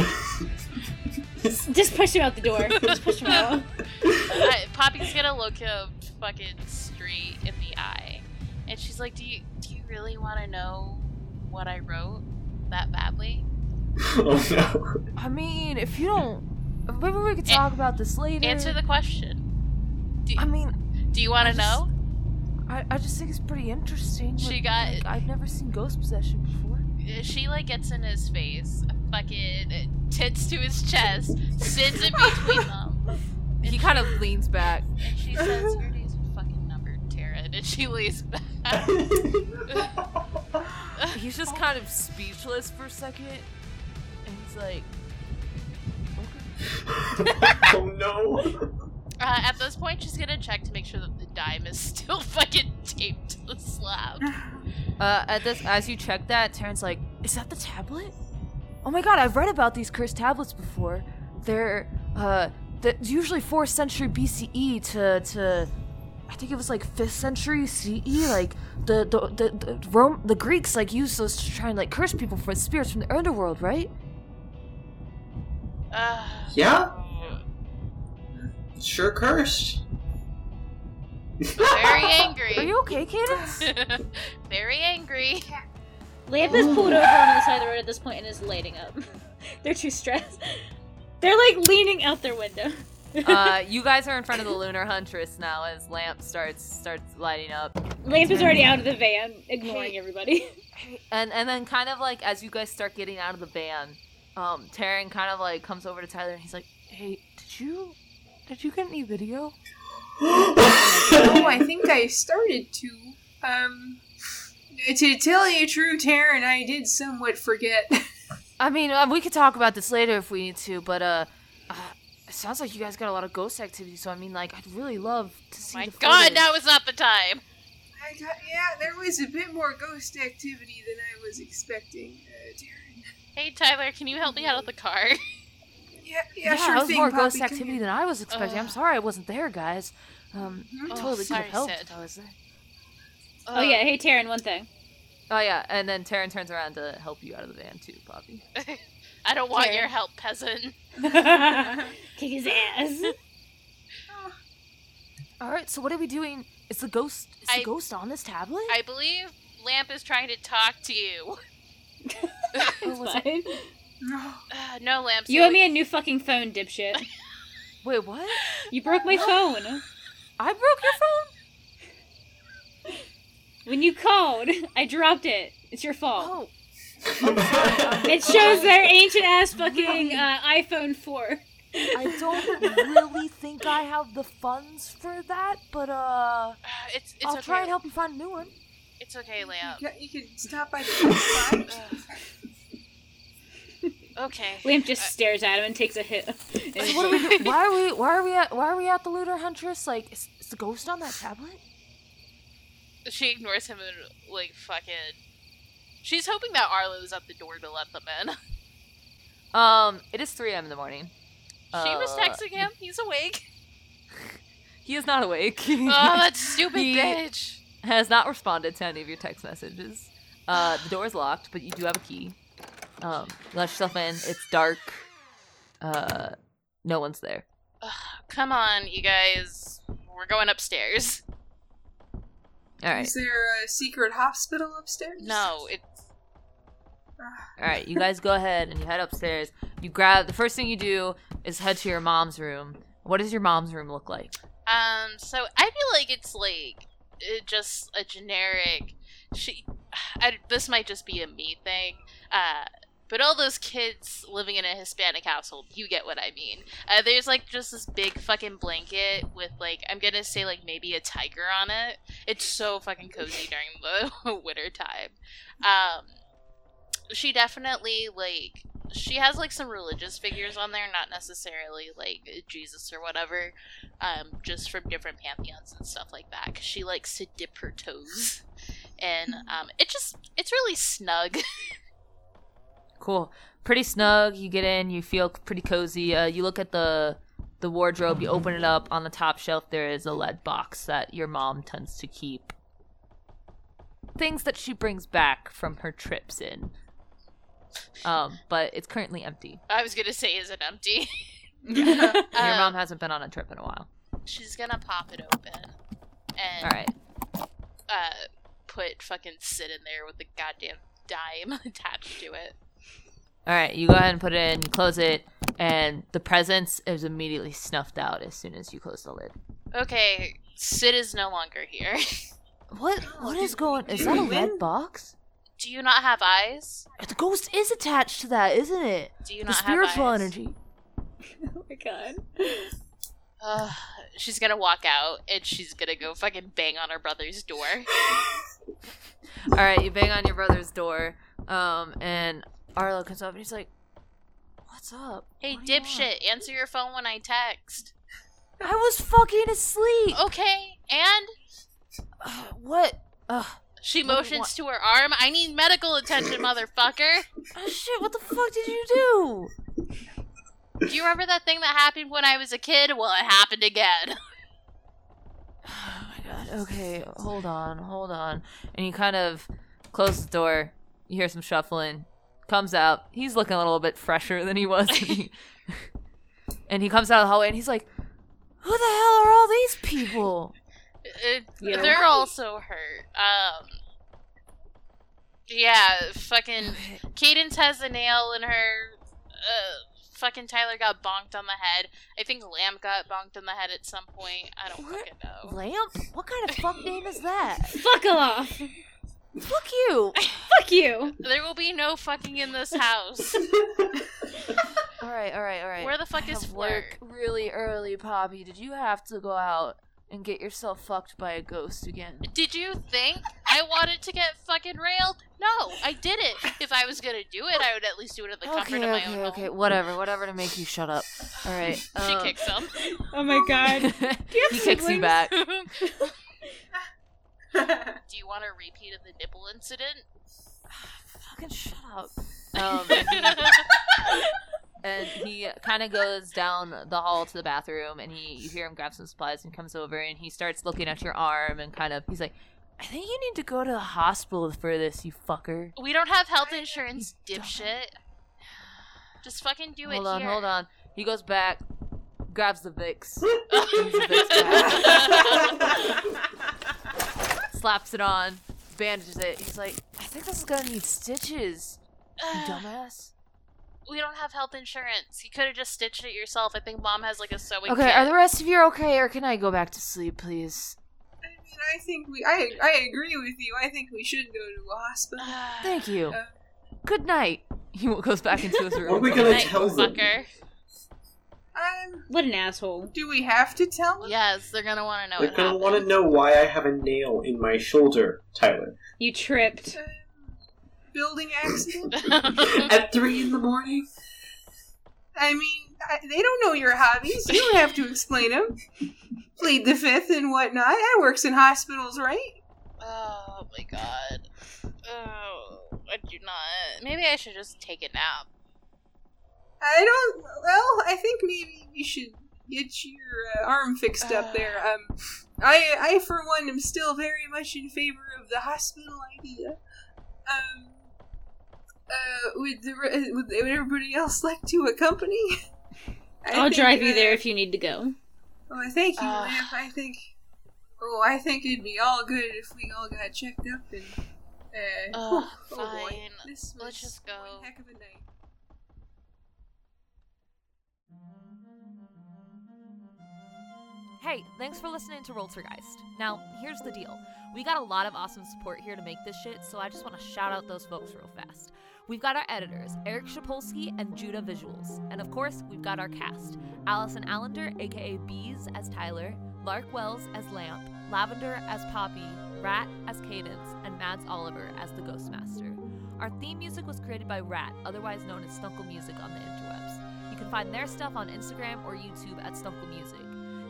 S4: Just push him out the door. Just push him out.
S2: I, Poppy's gonna look him fucking straight in the eye, and she's like, "Do you do you really want to know what I wrote that badly?"
S5: oh no.
S1: I mean, if you don't, maybe we could talk about this later.
S2: Eh, Answer the question. Do,
S1: I mean,
S2: do you want
S1: I
S2: to
S1: just-
S2: know?
S1: I, I just think it's pretty interesting.
S2: She
S1: like,
S2: got-
S1: like, I've never seen ghost possession before.
S2: She like gets in his face, fucking tits to his chest, sits in between them,
S1: He kind of leans back.
S2: and she says, "Your days are fucking numbered, Tara." And she lays back.
S1: He's just kind of speechless for a second, and he's like,
S5: oh no.
S2: Uh, at this point, she's gonna check to make sure that the dime is still fucking taped to the slab.
S1: Uh, at this, as you check that, Taryn's like, "Is that the tablet? Oh my god, I've read about these cursed tablets before. They're uh, they usually fourth century BCE to to, I think it was like fifth century CE. Like the the the, the Rome, the Greeks like used those to try and like curse people for spirits from the underworld, right?
S2: Uh,
S5: Yeah? Sure cursed.
S2: very angry.
S1: Are you okay, Cadence?
S2: very angry.
S4: Lamp is pulled over on the side of the road at this point and is lighting up. They're too stressed. They're like leaning out their window.
S1: uh, you guys are in front of the Lunar Huntress now as lamp starts starts lighting up.
S4: Lamp is already out of the van, ignoring everybody.
S1: And and then kind of like as you guys start getting out of the van, um, Taryn kind of like comes over to Tyler and he's like, "Hey, did you did you get any video?"
S3: oh, I think I started to. Um, to tell you true, Taryn, I did somewhat forget.
S1: I mean, uh, we could talk about this later if we need to, but uh, uh, it sounds like you guys got a lot of ghost activity. So I mean, like, I'd really love to see.
S2: My
S1: the
S2: God,
S1: photos.
S2: now is not the time.
S3: I got, yeah, there was a bit more ghost activity than I was expecting, uh, Taryn.
S2: Hey Tyler, can you help me out of the car?
S3: Yeah, yeah,
S1: Yeah,
S3: sure
S1: that was
S3: thing,
S1: more
S3: Poppy,
S1: ghost
S3: come
S1: activity
S3: here.
S1: than I was expecting. I'm
S2: Ugh.
S1: sorry I wasn't there, guys. Um,
S3: Mhm.
S1: I
S2: Oh,
S1: totally could have
S2: sorry,
S1: helped
S2: Sid.
S1: if I was there.
S4: oh yeah, hey Taryn, one thing.
S1: Oh yeah, and then Taryn turns around to help you out of the van too, Poppy.
S2: I don't want
S4: Taryn.
S2: your help, peasant.
S4: Kick his ass.
S1: All right, so what are we doing? Is the ghost is
S2: I-
S1: the ghost on this tablet?
S2: I believe Lamp is trying to talk to you.
S1: Or
S2: Oh,
S1: was it-
S4: Fine.
S3: No.
S2: Uh, no, Lamp.
S4: You owe me a new fucking phone, dipshit.
S1: Wait, what?
S4: You broke my phone.
S1: I broke your phone?
S4: When you called, I dropped it. It's your fault.
S1: Oh,
S2: Oh,
S4: It shows their ancient ass fucking uh, iPhone 4.
S1: I don't really think I have the funds for that, but uh,
S2: Uh, it's it's
S1: I'll
S2: okay.
S1: try and help you find a new one.
S2: It's okay, Lamp.
S3: You, got- you could stop by the ghost spot.
S2: Okay.
S4: Lamp just
S2: Uh,
S4: stares at him and takes a hit. And
S1: What are we? do- Why are we? Why are we at? Why are we at the looter huntress? Like, is, is the ghost on that tablet?
S2: She ignores him and like fucking. She's hoping that Arlo's at the door to let them in.
S1: Um, it is 3 a.m. in the morning.
S2: she
S1: Uh,
S2: was texting him. He's awake.
S1: He is not awake.
S2: Oh, that stupid
S1: He-
S2: bitch.
S1: has not responded to any of your text messages. Uh, the door is locked, but you do have a key. Um, you let yourself in. It's dark. Uh, no one's there.
S2: Come on, you guys. We're going upstairs.
S1: All right,
S3: Is there a secret hospital upstairs?
S2: No, it's
S1: all right. You guys go ahead and you head upstairs. You grab the first thing you do is head to your mom's room. What does your mom's room look like?
S2: um. So I feel like it's like uh just a generic. She. I, this might just be a me thing. Uh. But all those kids living in a Hispanic household, you get what I mean. Uh, there's like just this big fucking blanket with like I'm gonna say like maybe a tiger on it. It's so fucking cozy during the winter time. Um, she definitely like she has like some religious figures on there, not necessarily like Jesus or whatever, um, just from different pantheons and stuff like that. 'cause she likes to dip her toes, and um, it just it's really snug.
S1: Cool. Pretty snug. You get in. You feel pretty cozy. Uh, you look at the the wardrobe, you open it up. On the top shelf, there is a lead box that your mom tends to keep. Things that she brings back from her trips in. Um, but it's currently empty.
S2: I was gonna say, is it empty?
S1: your
S2: Um,
S1: mom hasn't been on a trip in a while.
S2: She's gonna pop it open and
S1: All right.
S2: uh, put fucking Sid in there with the goddamn dime attached to it.
S1: All right, you go ahead and put it in, you close it, and the presence is immediately snuffed out as soon as you close the lid.
S2: Okay, Sid is no longer here.
S1: What? What is going? Is that a lead box?
S2: Do you not have eyes?
S1: The ghost is attached to that, isn't it?
S2: Do you
S1: the
S2: not
S1: spiritual
S2: have eyes?
S1: energy.
S4: Oh my god.
S2: Ugh, she's gonna walk out and she's gonna go fucking bang on her brother's door.
S1: All right, you bang on your brother's door, um, and Arlo comes up and he's like, "What's up?
S2: Hey,
S1: What do you want?"
S2: dipshit, answer your phone when I text.
S1: I was fucking asleep.
S2: Okay, and
S1: Ugh, what? Oh, Ugh.
S2: she
S1: What do you
S2: motions to her arm. I need medical attention, motherfucker.
S1: Oh, shit! What the fuck did you do?
S2: Do you remember that thing that happened when I was a kid? Well, it happened again.
S1: Oh my god. Okay, hold on, hold on. And he kind of closes the door. You hear some shuffling. Comes out. He's looking a little bit fresher than he was. when he- and he comes out of the hallway and he's like, "Who the hell are all these people?"
S2: It-
S4: Yeah.
S2: Uh, They're also hurt. Um. Yeah, fucking. Cadence has a nail in her. Uh, fucking Tyler got bonked on the head. I think Lamb got bonked on the head at some point. I don't
S1: What?
S2: fucking know.
S1: Lamp? What kind of fuck name is that?
S4: Fuck off.
S1: Fuck you.
S4: Fuck you.
S2: There will be no fucking in this house.
S1: All right, all right, all right.
S2: Where the fuck
S1: I
S2: is
S1: have
S2: Flirt?
S1: work really early, Poppy. Did you have to go out and get yourself fucked by a ghost again?
S2: Did you think I wanted to get fucking railed? No, I did it. If I was gonna do it, I would at least do it in the comfort
S1: okay,
S2: of my
S1: okay,
S2: own
S1: okay.
S2: home.
S1: Whatever, whatever to make you shut up. All right.
S2: She
S1: um,
S2: kicks him.
S4: Oh my god.
S1: he kicks you back.
S2: Do
S3: That's
S2: you want a repeat of the nipple incident?
S1: Fucking shut up. Um, and he, and he kind of goes down the hall to the bathroom, and he you hear him grab some supplies and comes over, and he starts looking at your arm and kind of he's like, "I think you need to go to the hospital for this, you fucker."
S2: we don't have health insurance,
S1: You don't.
S2: dipshit. Just fucking do it
S1: hold on,
S2: here.
S1: hold on. He goes back, grabs the Vicks, brings the Vicks back, slaps it on, bandages it. He's like, "I think this is gonna need stitches, you dumbass."
S2: we don't have health insurance. You could have just stitched it yourself. I think mom has like a sewing
S1: Okay,
S2: kit.
S1: are the rest of you okay, or can I go back to sleep, please?
S3: I mean, I think we. I I agree with you. I think we should go to a hospital.
S1: Thank you.
S3: Uh,
S1: Good night. He goes back into his room.
S5: What are we gonna
S2: Night,
S5: tell them?
S2: fucker.
S3: Um,
S4: What an asshole.
S3: do we have to tell them?
S2: Yes, they're gonna want to know.
S5: They're
S2: what
S5: gonna
S2: happened.
S5: want to know why I have a nail in my shoulder, Tyler.
S4: You tripped.
S3: Um, building accident.
S5: At three in the morning.
S3: I mean, I, they don't know your hobbies. You don't have to explain them. Plead the fifth and whatnot. That works in hospitals, right?
S2: Oh my god. Oh, I do not. Maybe I should just take a nap.
S3: I don't. Well, I think maybe we should get your uh, arm fixed up there. Um, I, I for one, am still very much in favor of the hospital idea. Um, uh, would the re- would, would everybody else like to accompany? I
S4: I'll
S3: think,
S4: drive you
S3: uh,
S4: there if you need to go.
S3: Oh, thank you,
S2: Ah.
S3: Lamp. I think. Oh, I think it'd be all good if we all got checked up and. Uh,
S2: Ugh,
S3: oh boy.
S2: Ah, fine.
S3: This was
S2: Let's just go.
S3: One heck of a night.
S1: Hey, thanks for listening to Roltergeist. Now, here's the deal. We got a lot of awesome support here to make this shit, so I just want to shout out those folks real fast. We've got our editors, Eric Shapolsky and Judah Visuals. And of course, we've got our cast Allison Allender, aka Bees, as Tyler, Lark Wells as Lamp, Lavender as Poppy, Rat as Cadence, and Mads Oliver as the Ghost Master. Our theme music was created by Rat, otherwise known as Stunkle Music on the interwebs. You can find their stuff on Instagram or YouTube at Stunkle Music.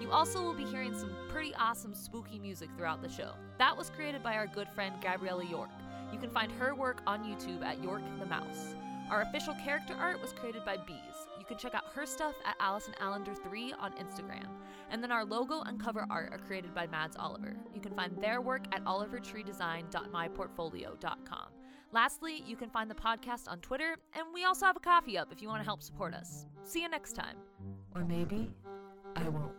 S1: You also will be hearing some pretty awesome spooky music throughout the show. That was created by our good friend Gabriella York. You can find her work on YouTube at York the Mouse. Our official character art was created by Bees. You
S6: can check out her stuff at Allison Allender 3 on Instagram. And then our logo and cover art are created by Mads Oliver. You can find their work at olivertreedesign.myportfolio.com. Lastly, you can find the podcast on Twitter, and we also have a coffee up if you want to help support us. See you next time. Or maybe I won't.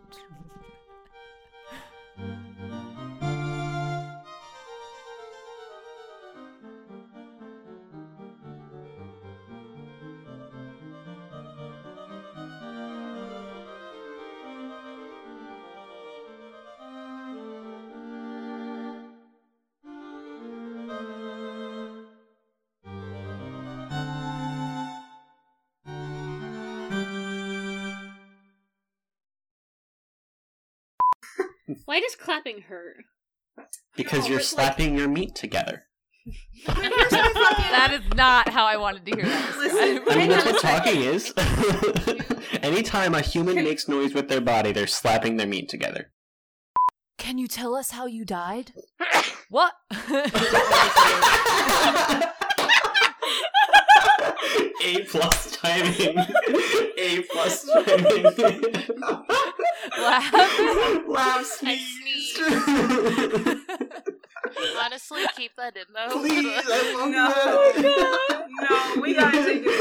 S4: Why does clapping hurt?
S5: Because you're slapping your meat together.
S3: Here's my fucking-
S6: That is not how I wanted to hear that.
S3: Listen,
S5: I mean,
S3: hang
S5: that's
S3: on a
S5: what
S3: second.
S5: talking is. Anytime a human makes noise with their body, they're slapping their meat together.
S6: Can you tell us how you died? what?
S5: A plus timing. A plus timing.
S6: what happened?
S5: Laugh
S2: I
S5: sneeze.
S2: sneezed. Honestly, keep that in though.
S5: Please, I love
S3: No. Oh
S5: that.
S3: No, we gotta take this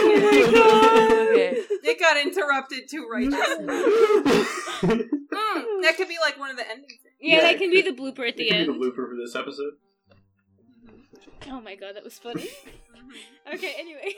S5: Oh
S3: again.
S6: Okay.
S3: It got interrupted too righteously. Mm, that could be like one of the ending things.
S4: Yeah,
S5: Yeah,
S4: that can be the blooper at
S8: It could
S4: the
S8: be the
S4: end.
S8: blooper for this episode.
S4: Oh my god, that was funny. okay, anyway.